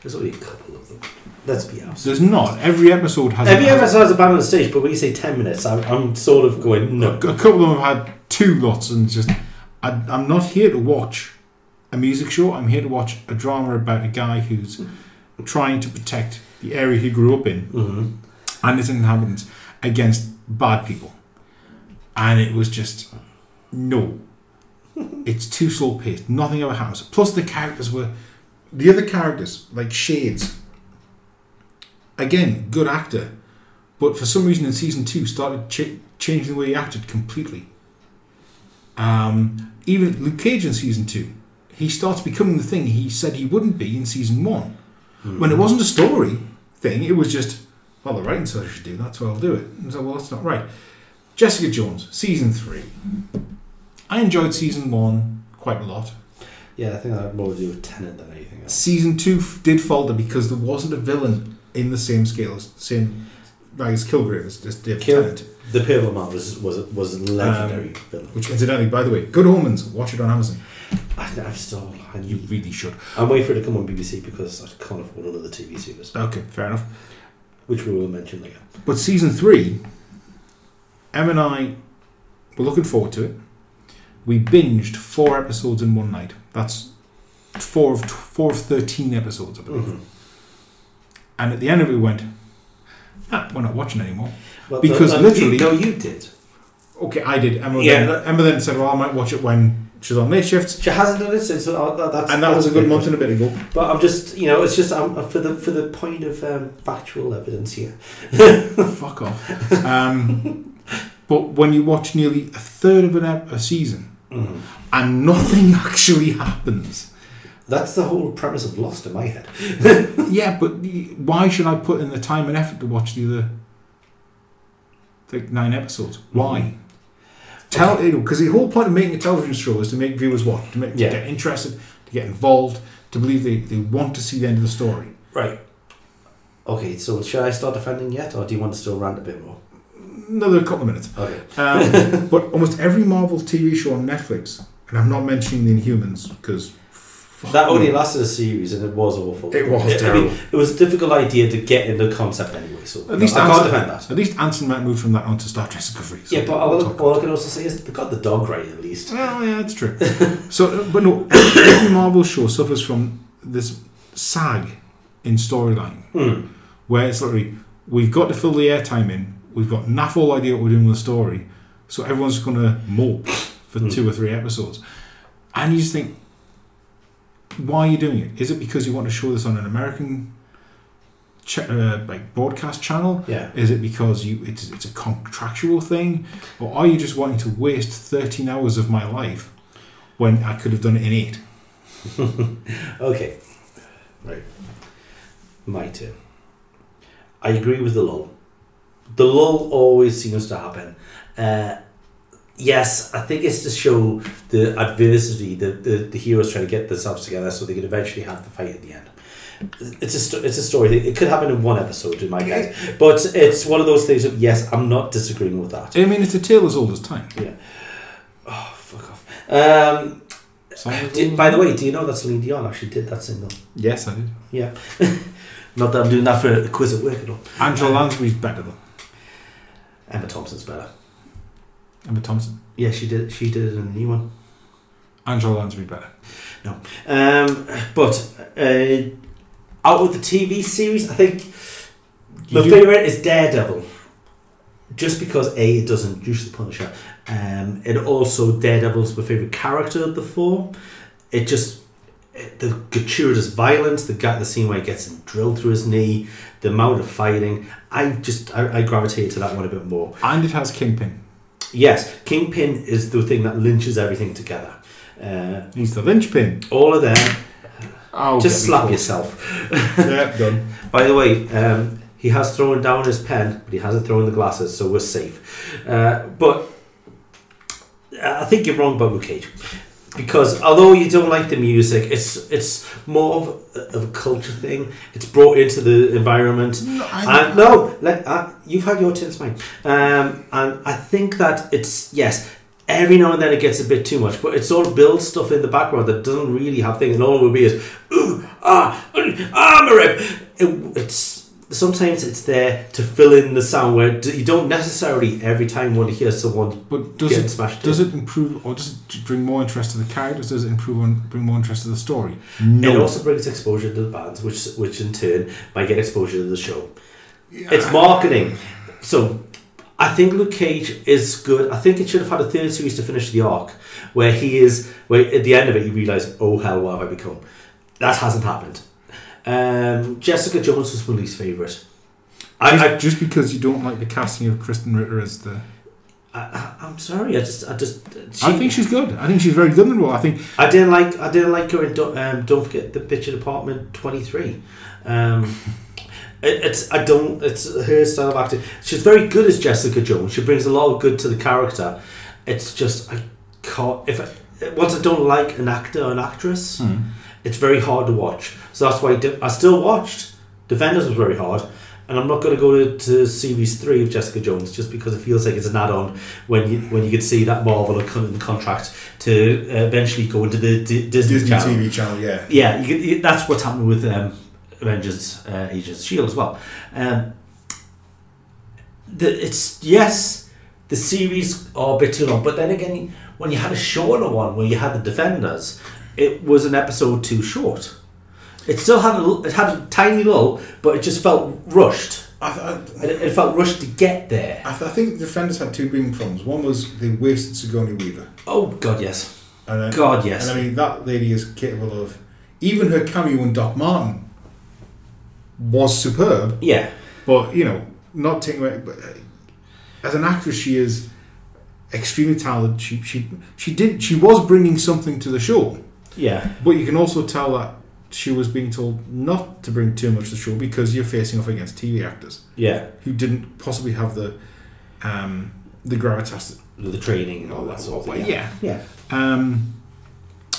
There's only a couple of them. Let's be honest.
There's not every episode has.
Have you
has-
ever saw a band on the stage? But when you say ten minutes, I'm, I'm sort of going
A,
no.
a couple of them have had two lots, and it's just I, I'm not here to watch a music show. I'm here to watch a drama about a guy who's trying to protect the area he grew up in
Mm-hmm.
and its inhabitants against bad people. And it was just no. It's too slow paced. Nothing ever happens. Plus the characters were the other characters, like Shades. Again, good actor. But for some reason in season two started ch- changing the way he acted completely. Um, even Luke Cage in season two, he starts becoming the thing he said he wouldn't be in season one. When it wasn't a story thing, it was just, well, the writing says I should do that, so I'll do it. And so, well, that's not right. Jessica Jones, season three. I enjoyed season one quite a lot.
Yeah, I think that had more to do with Tennant than anything else.
Season two f- did falter because there wasn't a villain in the same scale as same like as Kilgrave as, as David
Kill-
Tennant.
The Purple Man was was was a legendary
Um,
villain.
Which incidentally, by the way, Good Omens, watch it on Amazon.
I, I've still I
You
need,
really should.
I'm waiting for it to come on BBC because I can't afford another TV series,
Okay, fair enough.
which we will mention later.
But season three, Em and I were looking forward to it. We binged four episodes in one night. That's four of four of thirteen episodes, I believe.
Mhm.
And at the end of it, we went, nah, we're not watching anymore.
Well,
Because
no,
literally-
no, you did.
Okay, I did. Emma,
Yeah,
then,
that-
Emma then said, well, I might watch it when she's on late shifts.
She hasn't done it since. uh, that- that's,
And that was a good month and a bit ago.
But I'm just, you know, it's just um, for the for the point of um, factual evidence here.
Fuck off. Um, but when you watch nearly a third of an ep- a season and nothing actually happens,
That's the whole premise of Lost in my head.
Yeah, but the- why should I put in the time and effort to watch the other like nine episodes?
Mm-hmm.
Why? Tell you know, because the whole point of making a television show is to make viewers watch, to make
Yeah.
to get interested, to get involved, to believe they, they want to see the end of the story.
Right. Okay, so should I start defending yet, or do you want to still rant a bit more?
Another couple of minutes.
Okay.
Um, but almost every Marvel TV show on Netflix, and I'm not mentioning the Inhumans because
That only lasted a series, and it was awful.
It was
I
terrible.
mean, it was a difficult idea to get in the concept anyway. So
at least
I can't
Anson,
defend that.
At least Anson might move from that onto Star Trek Discovery. so
Yeah, but I
we'll
will,
talk
all I can also say is they got the dog right at least.
Well, yeah, it's true. so, uh, but no, every Marvel show suffers from this sag in storyline,
Hmm.
where it's literally we've got to fill the airtime in. We've got naff all idea what we're doing with the story, so everyone's going to mope for
Hmm.
two or three episodes, and you just think, why are you doing it? Is it because you want to show this on an American, ch- uh, like broadcast channel?
Yeah.
Is it because you it's, it's a contractual thing, or are you just wanting to waste thirteen hours of my life when I could have done it in eight?
Okay. Right. My turn. I agree with the lull. The lull always seems to happen. Uh, yes, I think it's to show the adversity that the, the heroes trying to get themselves together so they can eventually have the fight at the end. It's a sto- it's a story. It could happen in one episode, in my guess, but it's one of those things. Of, yes, I'm not disagreeing with that.
I mean, it's a tale as old as time.
Yeah. Oh, fuck off. Um,
Songs
Did, by the way, do you know that Celine Dion actually did that single?
yes, I did.
Yeah. Not that I'm doing that for a quiz at work at all.
Angela Lansbury's better though.
Emma Thompson's better.
Emma Thompson.
Yeah, she did. She did it in the new one.
Angela Lansbury better.
Um, but uh, out of the TV series, I think My
You-
favourite is Daredevil. Just because A, it does introduce the Punisher. Um, it also, Daredevil's my favourite character of the four. It just, it- the gratuitous violence, the, guy- the scene where he gets drilled through his knee, the amount of fighting. I just, I, I gravitated to that one a bit more.
and it has Kingpin.
Yes, Kingpin is the thing that lynches everything together. Uh,
He's the linchpin.
all of them,
Oh,
just slap
you.
yourself.
yeah, done.
By the way, um, he has thrown down his pen, but he hasn't thrown the glasses, so we're safe. Uh, but uh, I think you're wrong about Luke Cage. Because although you don't like the music, it's it's more of, a- of a culture thing. It's brought into the environment. and no, let, uh, you've had your turn, it's mine. Um, and I think that it's yes. Every now and then it gets a bit too much, but it sort of builds stuff in the background that doesn't really have things, and all it will be is ooh ah mm, ah my rib. It, it's sometimes it's there to fill in the sound where d- you don't necessarily every time want to hear someone
But does
Getting
it
smashed
does it improve or does it bring more interest to the characters? Does it improve on bring more interest to the story?
It
No.
also brings exposure to the bands, which which in turn might get exposure to the show. It's marketing. So I think Luke Cage is good. I think it should have had a third series to finish the arc, where he is where at the end of it you realise, oh hell, what have I become? That hasn't happened. Um, Jessica Jones was my least favourite.
just,
I, I,
just because you don't like the casting of Kristen Ritter as the,
I I'm sorry. I just I just she,
I think she's good. I think she's very good in the role. I think
I didn't like I didn't like her in Don't, um, don't forget the bitch in apartment twenty three. Um, it, it's I don't it's her style of acting. She's very good as Jessica Jones. She brings a lot of good to the character. It's just I can't if I, once I don't like an actor or an actress, it's very hard to watch. So that's why I, di- I still watched Defenders was very hard. And I'm not going to go to, to series three of Jessica Jones just because it feels like it's an add-on when you when you could see that Marvel con- contract to uh, eventually go into the D- Disney,
Disney
Channel.
TV channel, yeah.
Yeah, you, could- you, that's what's happened with um, Avengers: uh, Agents of Shield as well. Um, the, it's yes, the series are a bit too long, but then again, when you had a shorter one where you had the Defenders, it was an episode too short. It still had a, l- it had a tiny lull, but it just felt rushed.
I, th-
It, it felt rushed to get there.
I, I, th- I think the Defenders had two big problems. One was they wasted Sigourney Weaver.
Oh God, yes.
And I,
God, yes.
And I mean, that lady is capable of. Even her cameo in Doc Martin was superb,
Yeah,
but, you know, not taking away. But, uh, as an actress, she is extremely talented. She, she, she, did, she was bringing something to the show.
yeah,
But you can also tell that she was being told not to bring too much to the show because you're facing off against TV actors
yeah.
who didn't possibly have the um, the gravitas.
The training and all that sort of thing.
yeah.
yeah,
Um,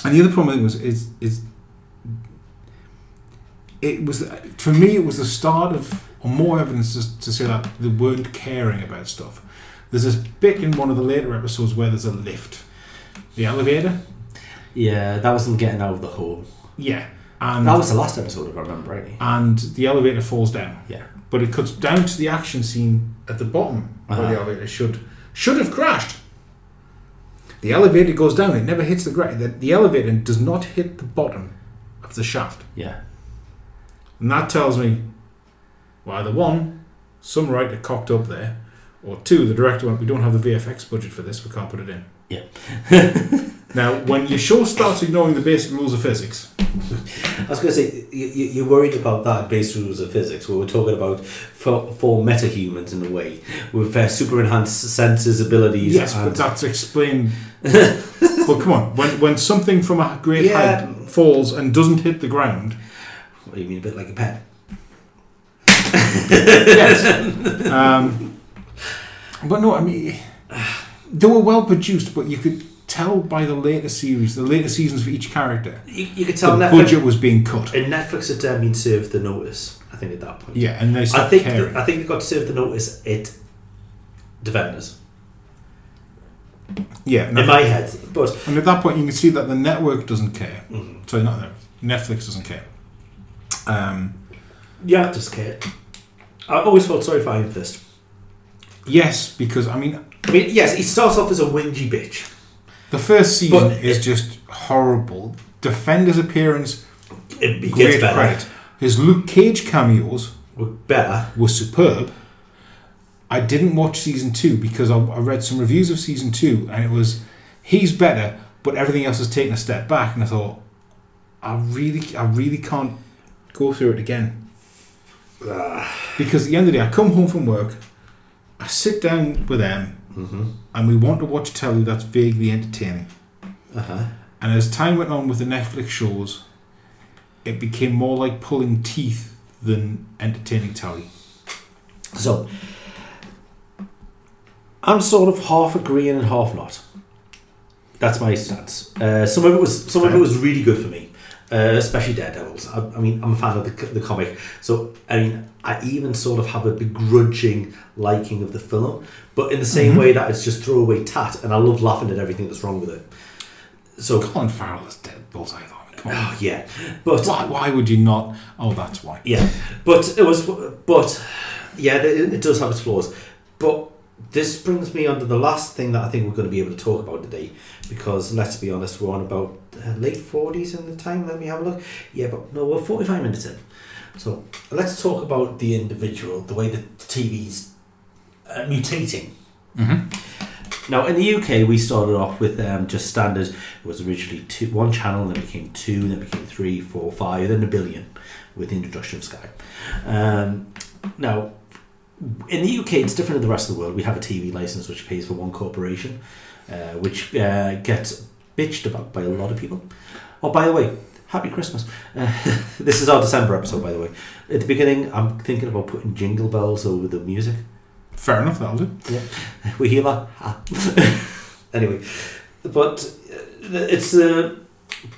and the other problem I think was is is it was for me it was the start of or more evidence to, to say that they weren't caring about stuff. There's this bit in one of the later episodes where there's a lift, the elevator.
yeah. That was them getting out of the home.
Yeah, and
That was the last episode, if I remember rightly.
and the elevator falls down.
Yeah.
but it cuts down to the action scene at the bottom where
Uh-huh.
the elevator should should have crashed. The elevator goes down; it never hits the ground. The, the elevator does not hit the bottom of the shaft,
Yeah.
and that tells me, well, either one, some writer cocked up there, or two, the director went, "We don't have the VFX budget for this; we can't put it in."
Yeah.
Now, when your show starts ignoring the basic rules of physics,
I was going to say, you, you- you're worried about that based rules of physics, where we're talking about for, for metahumans in a way, with their super enhanced senses, abilities.
yes, but
and-
that's explained. well, come on, when when something from a great
Yeah.
height falls and doesn't hit the ground.
what, you mean a bit like a pen?
yes. Um, but no, I mean, they were well produced, but you could tell by the later series, the later seasons for each character,
You, you could tell
the
Netflix.
budget was being cut.
And Netflix had um, been served the notice, I think, at that point.
Yeah, and they
I
stopped
think,
caring.
uh, I think they got served the notice at Defenders.
Yeah, and
in my
I-
head. But
and at that point, you can see that the network doesn't care.
Mm-hmm.
Sorry, not there. Netflix doesn't care. Um,
yeah, I just care. I always felt sorry for Iron Fist.
yes, because I mean,
I mean, yes, he starts off as a whingy bitch.
the first season
But-
is just horrible. Defender's appearance,
It, he
great
gets better.
credit. His Luke Cage cameos
We're better.
were superb. I didn't watch season two because I, I read some reviews of season two, and it was he's better, but everything else has taken a step back, and I thought, I really, I really can't go through it again. Because at the end of the day, I come home from work, I sit down with them, and we want to watch telly that's vaguely entertaining.
Uh-huh.
And as time went on with the Netflix shows, it became more like pulling teeth than entertaining telly.
So, I'm sort of half agreeing and half not. That's my stance. Uh, some of it was some of it was really good for me, uh, especially Daredevils. I, I mean, I'm a fan of the, c- the comic, so I mean, I even sort of have a begrudging liking of the film, but in the same way that it's just throwaway tat, and I love laughing at everything that's wrong with it. So,
Colin Farrell is dead bullseye though. Come on.
oh, yeah, but
Why, why would you not? Oh, that's why.
Yeah, but it was, but yeah, it, it does have its flaws. But this brings me on to the last thing that I think we're going to be able to talk about today, because let's be honest, we're on about uh, late forties in the time. Let me have a look. Yeah, but no, we're forty-five minutes in. So let's talk about the individual, the way the TV's uh, mutating. Now, in the UK, we started off with um, just standard. It was originally two, one channel, then became two, then became three, four, five, then a billion with the introduction of Sky. Um, now, in the UK, it's different than the rest of the world. We have a TV license which pays for one corporation, uh, which uh, gets bitched about by a lot of people. Oh, by the way, happy Christmas. Uh, this is our December episode, by the way. At the beginning, I'm thinking about putting jingle bells over the music.
Fair enough, that'll do.
We hear that. Ah. anyway, but uh, it's uh,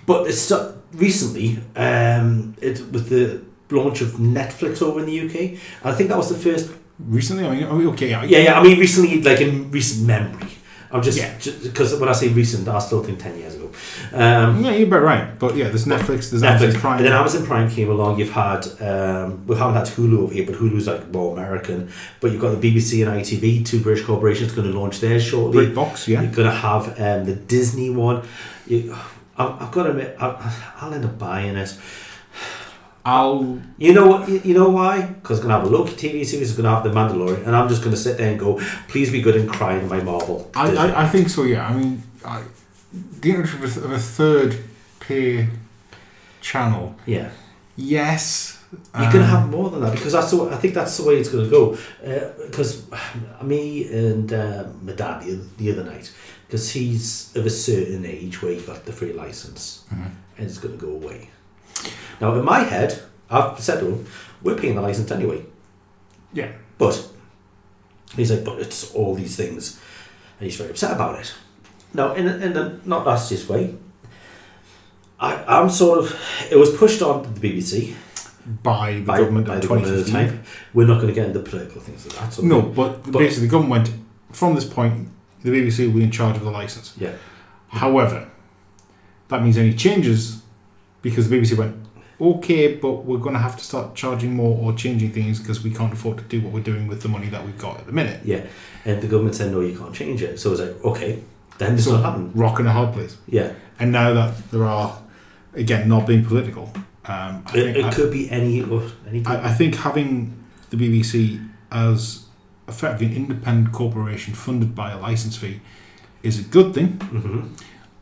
but it's st- recently um, it with the launch of Netflix over in the UK. I think that was the first.
Recently, I mean, oh, okay, yeah,
Yeah, yeah. I mean, recently, like in recent memory. I'm just
Yeah.
because when I say recent, I still think ten years ago. Um,
yeah, you're about right. But yeah, there's Netflix, there's Amazon
Netflix.
Prime.
And then Amazon Prime came along. You've had um, we haven't had Hulu over here, but Hulu's like more American. But you've got the BBC and ITV, two British corporations, going to launch theirs shortly.
BritBox, yeah.
You're going to have um, the Disney one. You, I've, I've got to admit, I, I'll end up buying it.
I'll
You know what? You you know why? Because it's going to have a Loki TV series. It's going to have the Mandalorian, and I'm just going to sit there and go, "Please be good and cry in my Marvel."
I,
Disney."
I, I think so. Yeah, I mean, I, the introduction of a, of a third peer channel.
yeah.
Yes, um,
You're gonna have more than that because that's the, I think that's the way it's gonna go. Because me and uh, my dad the, the other night, because he's of a certain age where he got the free license, and it's gonna go away. Now in my head, I've said to him, "We're paying the license anyway,"
yeah.
but he's like, "But it's all these things," and he's very upset about it. Now in a- in the not nastiest way, I I'm sort of it was pushed on to the BBC
By the
by,
government
by
of
the government at the
2015.
time. We're not going to get into political things like that. So
No, but,
But-
basically, the government from this point, the BBC will be in charge of the license.
Yeah.
However, that means any changes because the BBC went, okay, but we're going to have to start charging more or changing things because we can't afford to do what we're doing with the money that we've got at the minute.
Yeah. And the government said, no, you can't change it. So it's like, okay, then this
So,
will happen.
rock and a hard place.
Yeah.
And now that there are, again, not being political, um, I,
It,
think,
it
I-
could be any. or any
I, I think having the BBC as effectively an independent corporation funded by a license fee is a good thing.
hmm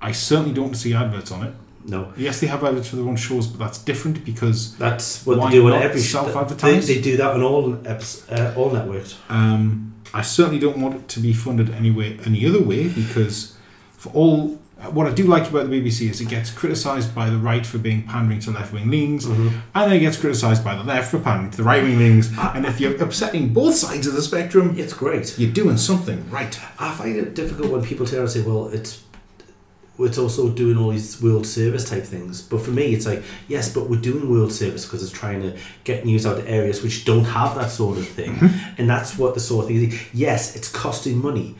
I certainly don't see adverts on it.
No.
Yes, they have adverts for their own shows, but that's different because
That's what
Why
they do on
not
every
self-advertise?
They, they do that on all eps, uh, all networks.
um, I certainly don't want it to be funded anyway any other way because for all what I do like about the BBC is it gets criticised by the right for being pandering to left wing leanings,
Mm-hmm.
and then it gets criticised by the left for pandering to the right wing leanings. And if you're upsetting both sides of the spectrum,
It's great.
you're doing something right.
I find it difficult when people turn around and say, well, it's it's also doing all these world service type things. But for me, it's like, yes, but we're doing world service because it's trying to get news out to areas which don't have that sort of thing. And that's what the sort of thing is. Yes, it's costing money,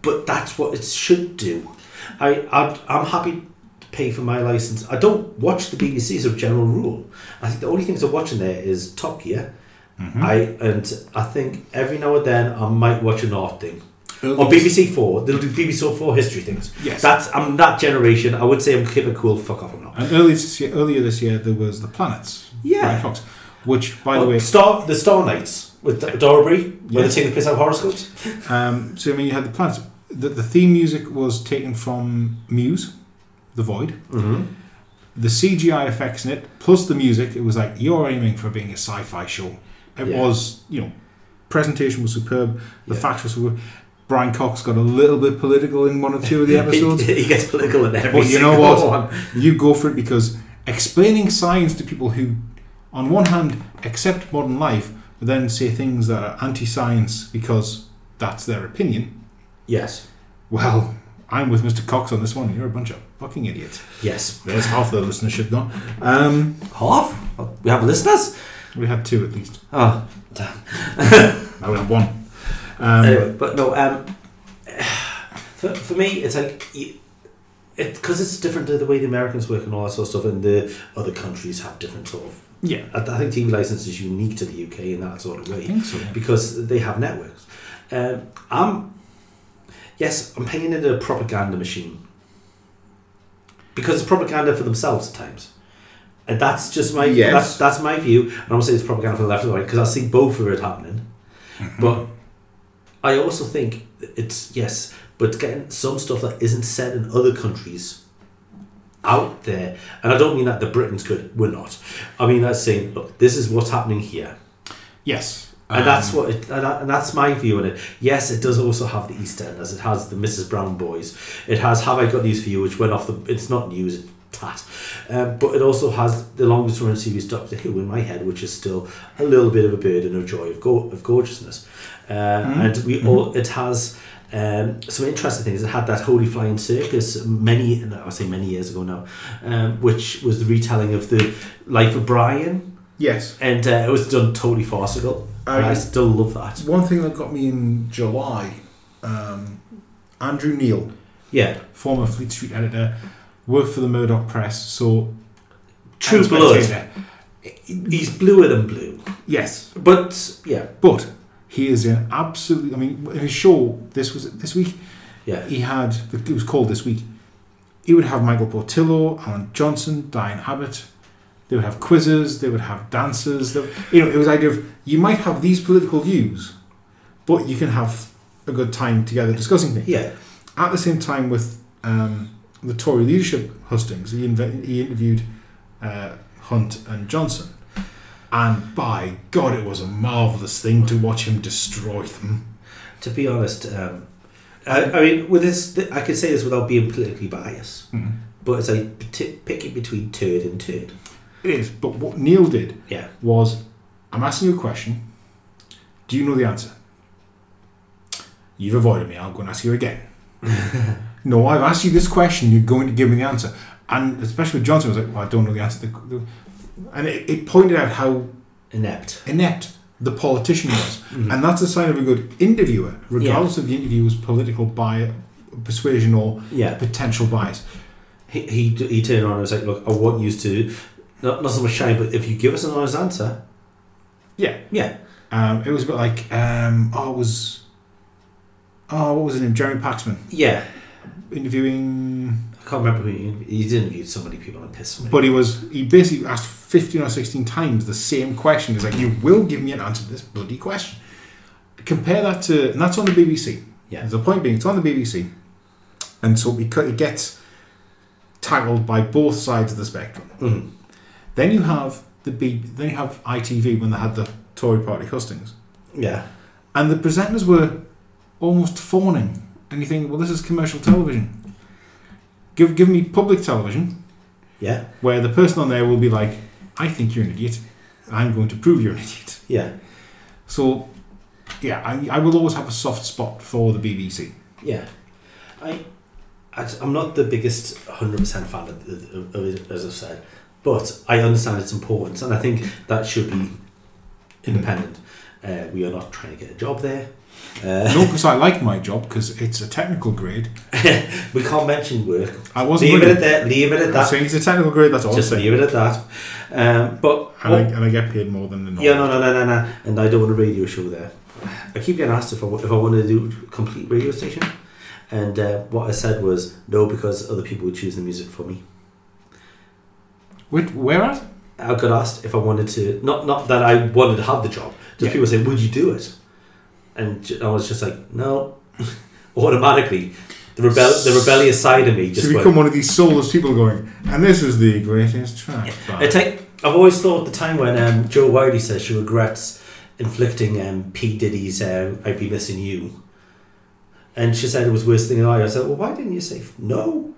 but that's what it should do. I, I I'm happy to pay for my license. I don't watch the BBC as a general rule. I think the only things I'm watching there is Top Gear. I and I think every now and then I might watch an art thing.
Early
Or BBC Four, they'll do BBC Four history things.
Yes.
that's I'm that generation. I would say I'm keeping cool. Fuck off, I'm not.
And earlier this year, earlier this year there was the planets.
Yeah.
Brian Cox, which, by the
Well,
way,
Star the Star Knights with Dorbury, where
Yeah.
they take the piss out of horoscopes.
um, so I mean, you had the planets. The, the theme music was taken from Muse, The Void.
Mm-hmm.
The CGI effects in it, plus the music, it was like you're aiming for being a sci-fi show. It
Yeah.
was, you know, presentation was superb. The
Yeah.
facts were superb. Brian Cox got a little bit political in one or two of the episodes.
He, he gets political in every
But you know
single
what?
one.
You go for it because explaining science to people who, on one hand, accept modern life, but then say things that are anti science because that's their opinion.
Yes,
Well, I'm with Mr. Cox on this one. You're a bunch of fucking idiots.
yes.
There's half the listenership gone. Um,
Half? We have listeners?
we had two at least.
Oh, damn.
Now we have one. Um,
anyway, but no, um, for, for me, it's like you, it because it's different to the way the Americans work and all that sort of stuff, and the other countries have different sort of.
Yeah.
I, I think TV license is unique to the UK in that sort of
I
way
think so. yeah.
because they have networks. Um, I'm yes, I'm paying into a propaganda machine because it's propaganda for themselves at times. And that's just my
Yes.
that's that's my view. And I'm not saying it's propaganda for the left or the right because I see both of it happening. But I also think it's yes, but getting some stuff that isn't said in other countries out there, and I don't mean that the Britons could, we're not. I mean that's saying, look, this is what's happening here
Yes.
and that's
Um,
what it, and, that, and that's my view on it. Yes, it does also have the East End, as it has the Mrs. Brown Boys. It has Have I Got News for You, which went off the. It's not news, it's tat. Um, but it also has the longest running series Doctor Who in my head, which is still a little bit of a burden of joy of, go- of gorgeousness. Uh, And we all it has. Um, some interesting things. It had that Holy Flying Circus many, I say many years ago now, um, which was the retelling of the life of Brian,
Yes.
and uh, it was done totally farcical. and
Uh,
Oh,
I
yeah.
still love that.
One thing that got me in July, um, Andrew Neil.
Yeah,
former Fleet Street editor, worked for the Murdoch Press, so.
True
and
Blood.
Spectator.
He's bluer than blue,
Yes.
but yeah,
But he is an absolutely. I mean, in his show this was this week.
yeah,
He had it was called this week. He would have Michael Portillo, Alan Johnson, Diane Abbott. They would have quizzes. They would have dances. They would- you know, it was the idea of you might have these political views, but you can have a good time together discussing things.
yeah,
At the same time, with um, the Tory leadership hustings, he, inve- he interviewed uh, Hunt and Johnson. And by God, it was a marvellous thing to watch him destroy them.
To be honest, um, I, I mean, with this, I can say this without being politically biased, but it's like pati- picking between turd and turd.
It is. But what Neil did
Yeah,
was I'm asking you a question. Do you know the answer? You've avoided me. I'm going to ask you again. no, I've asked you this question. You're going to give me the answer. And especially with Johnson, I was like, well, I don't know the answer. The- the- And it, it pointed out how
inept.
inept the politician was. And that's a sign of a good interviewer, regardless of the interviewer's political bias, persuasion, or
Yeah.
potential bias.
He, he he turned around and was like, "Look, I want you to not not so much shame, but if you give us an honest answer,
Yeah.
yeah,
Um, it was a bit like, um, oh, it was. Oh, what was his name? Jeremy Paxman
yeah."
interviewing.
I can't remember who he, he interviewed. So many people and pissed. So many
But he was. He basically asked 15 or 16 times the same question. He's like, you will give me an answer to this bloody question. Compare that to. And that's on the BBC.
Yeah.
The point being, it's on the BBC. And so because it gets tackled by both sides of the spectrum.
Mhm.
Then you have the B, then you have ITV when they had the Tory party hustings.
Yeah,
And the presenters were almost fawning. And you think, well, this is commercial television. Give, give me public television
yeah,
where the person on there will be like, I think you're an idiot. I'm going to prove you're an idiot.
yeah,
So, yeah, I, I will always have a soft spot for the BBC.
yeah. I, I am not the biggest hundred percent fan of, of, of it, as I've said, but I understand its importance, and I think that should be independent. Uh, we are not trying to get a job there. Uh,
No, because I like my job because it's a technical grade.
we can't mention work.
I wasn't.
Leave it
really-
at that. Leave it at
I'm
that.
saying it's a technical grade. That's all.
Just
I'm saying.
leave it at that. Um, but
And, I, and I get paid more than the normal.
yeah, no, no, no, no, no. And I don't want a radio show there. I keep getting asked if I, wa- if I want to do complete radio station, and uh, what I said was no because other people would choose the music for me.
Wait, where at?
I got asked if I wanted to not not that I wanted to have the job. Just
Yeah.
people say, "Would you do it?" And j- I was just like, "No." Automatically, the rebel the rebellious side of me
To
just went.
become one of these soulless people going, and this is the greatest track.
I take, I've always thought the time when um, Joe Wiley says she regrets inflicting um, P Diddy's um, "I'd Be Missing You," and she said it was worse than I. I said, "Well, why didn't you say f- no?"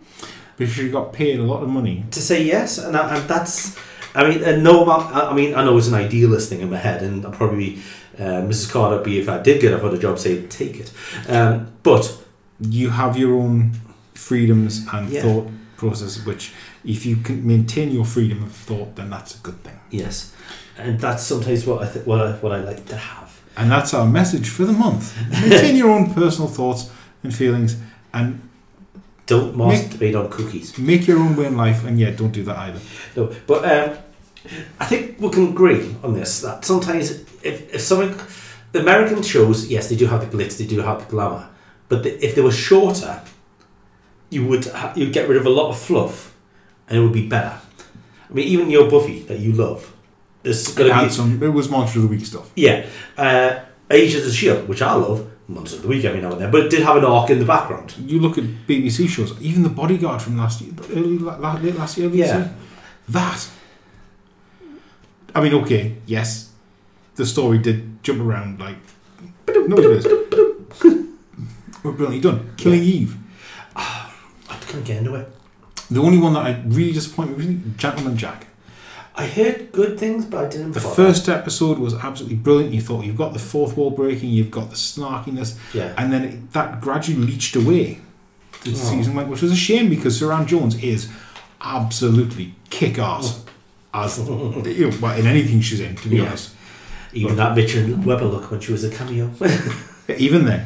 Because you got paid a lot of money.
To say yes, and, I, and that's, I mean, and no amount. I I mean, I know it's an idealist thing in my head, and I'll probably uh, Mrs. Carter be if I did get offered a job, say take it. Um, but
You have your own freedoms and
Yeah.
thought process, which if you can maintain your freedom of thought, then that's a good thing.
yes, and that's sometimes what I th- what I, what I like to have.
And that's our message for the month. Maintain your own personal thoughts and feelings and
Don't
Nick-
masturbate on cookies.
make your own way in life. And yeah, don't do that either.
No, but um, I think we can agree on this that sometimes if, if something, the American shows, yes, they do have the glitz, they do have the glamour, but the, if they were shorter, you would ha- you'd get rid of a lot of fluff, and it would be better. I mean, even your Buffy that you love, there's
It,
gonna
had
be
some, it was Monster of the Week stuff.
yeah, uh, Age of the Shield, which I love, months of the week every now and then, but it did have an arc in the background.
You look at BBC shows, even The Bodyguard from last year, early, la- la- late last year, early this
Yeah.
year. That. I mean, okay, yes, the story did jump around like. No, it is. We're brilliantly done. Killing Eve.
I couldn't get into it.
The only one that I really disappointed me was Gentleman Jack.
I heard good things, but I didn't.
The
follow.
first episode was absolutely brilliant. You thought you've got the fourth wall breaking, you've got the snarkiness,
Yeah. Oh.
and then it, that gradually leached away. The season went, which was a shame because Saran Jones is absolutely kick ass as you know, well, in anything she's in. To be
Yeah.
honest,
even that Mitchell Webber look when she was a cameo.
even then.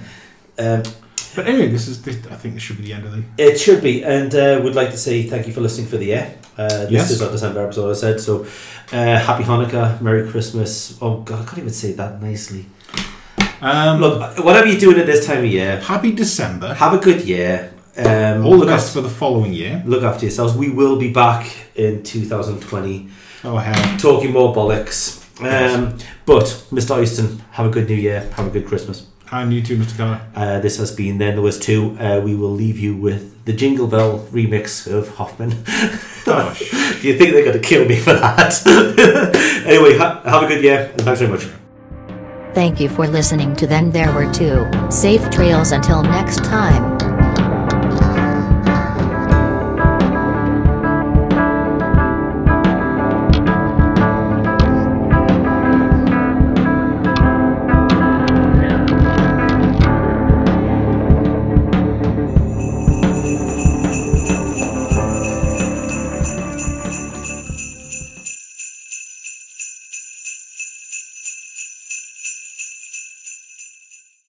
um,
But anyway, this is. This, I think this should be the end of the.
It should be, and uh, would like to say thank you for listening for the air. Uh, this
Yes.
is our December episode, I said. So, uh, happy Hanukkah, Merry Christmas. Oh God, I can't even say that nicely.
Um,
Look, whatever you're doing at this time of year,
happy December.
have a good year. Um,
All the
look
best
after,
for the following year.
look after yourselves. We will be back in 2020
Oh hell,
talking more bollocks. Um, but Mr. Easton, have a good New Year. Have a good Christmas.
and you too, Mr. Carter.
Uh, this has been then there was two. Uh, we will leave you with the Jingle Bell remix of Hoffman.
Oh, sh-
Do you think they're going to kill me for that? anyway, ha- have a good year and thanks very much.
Thank you for listening to Then There Were Two. Safe trails until next time.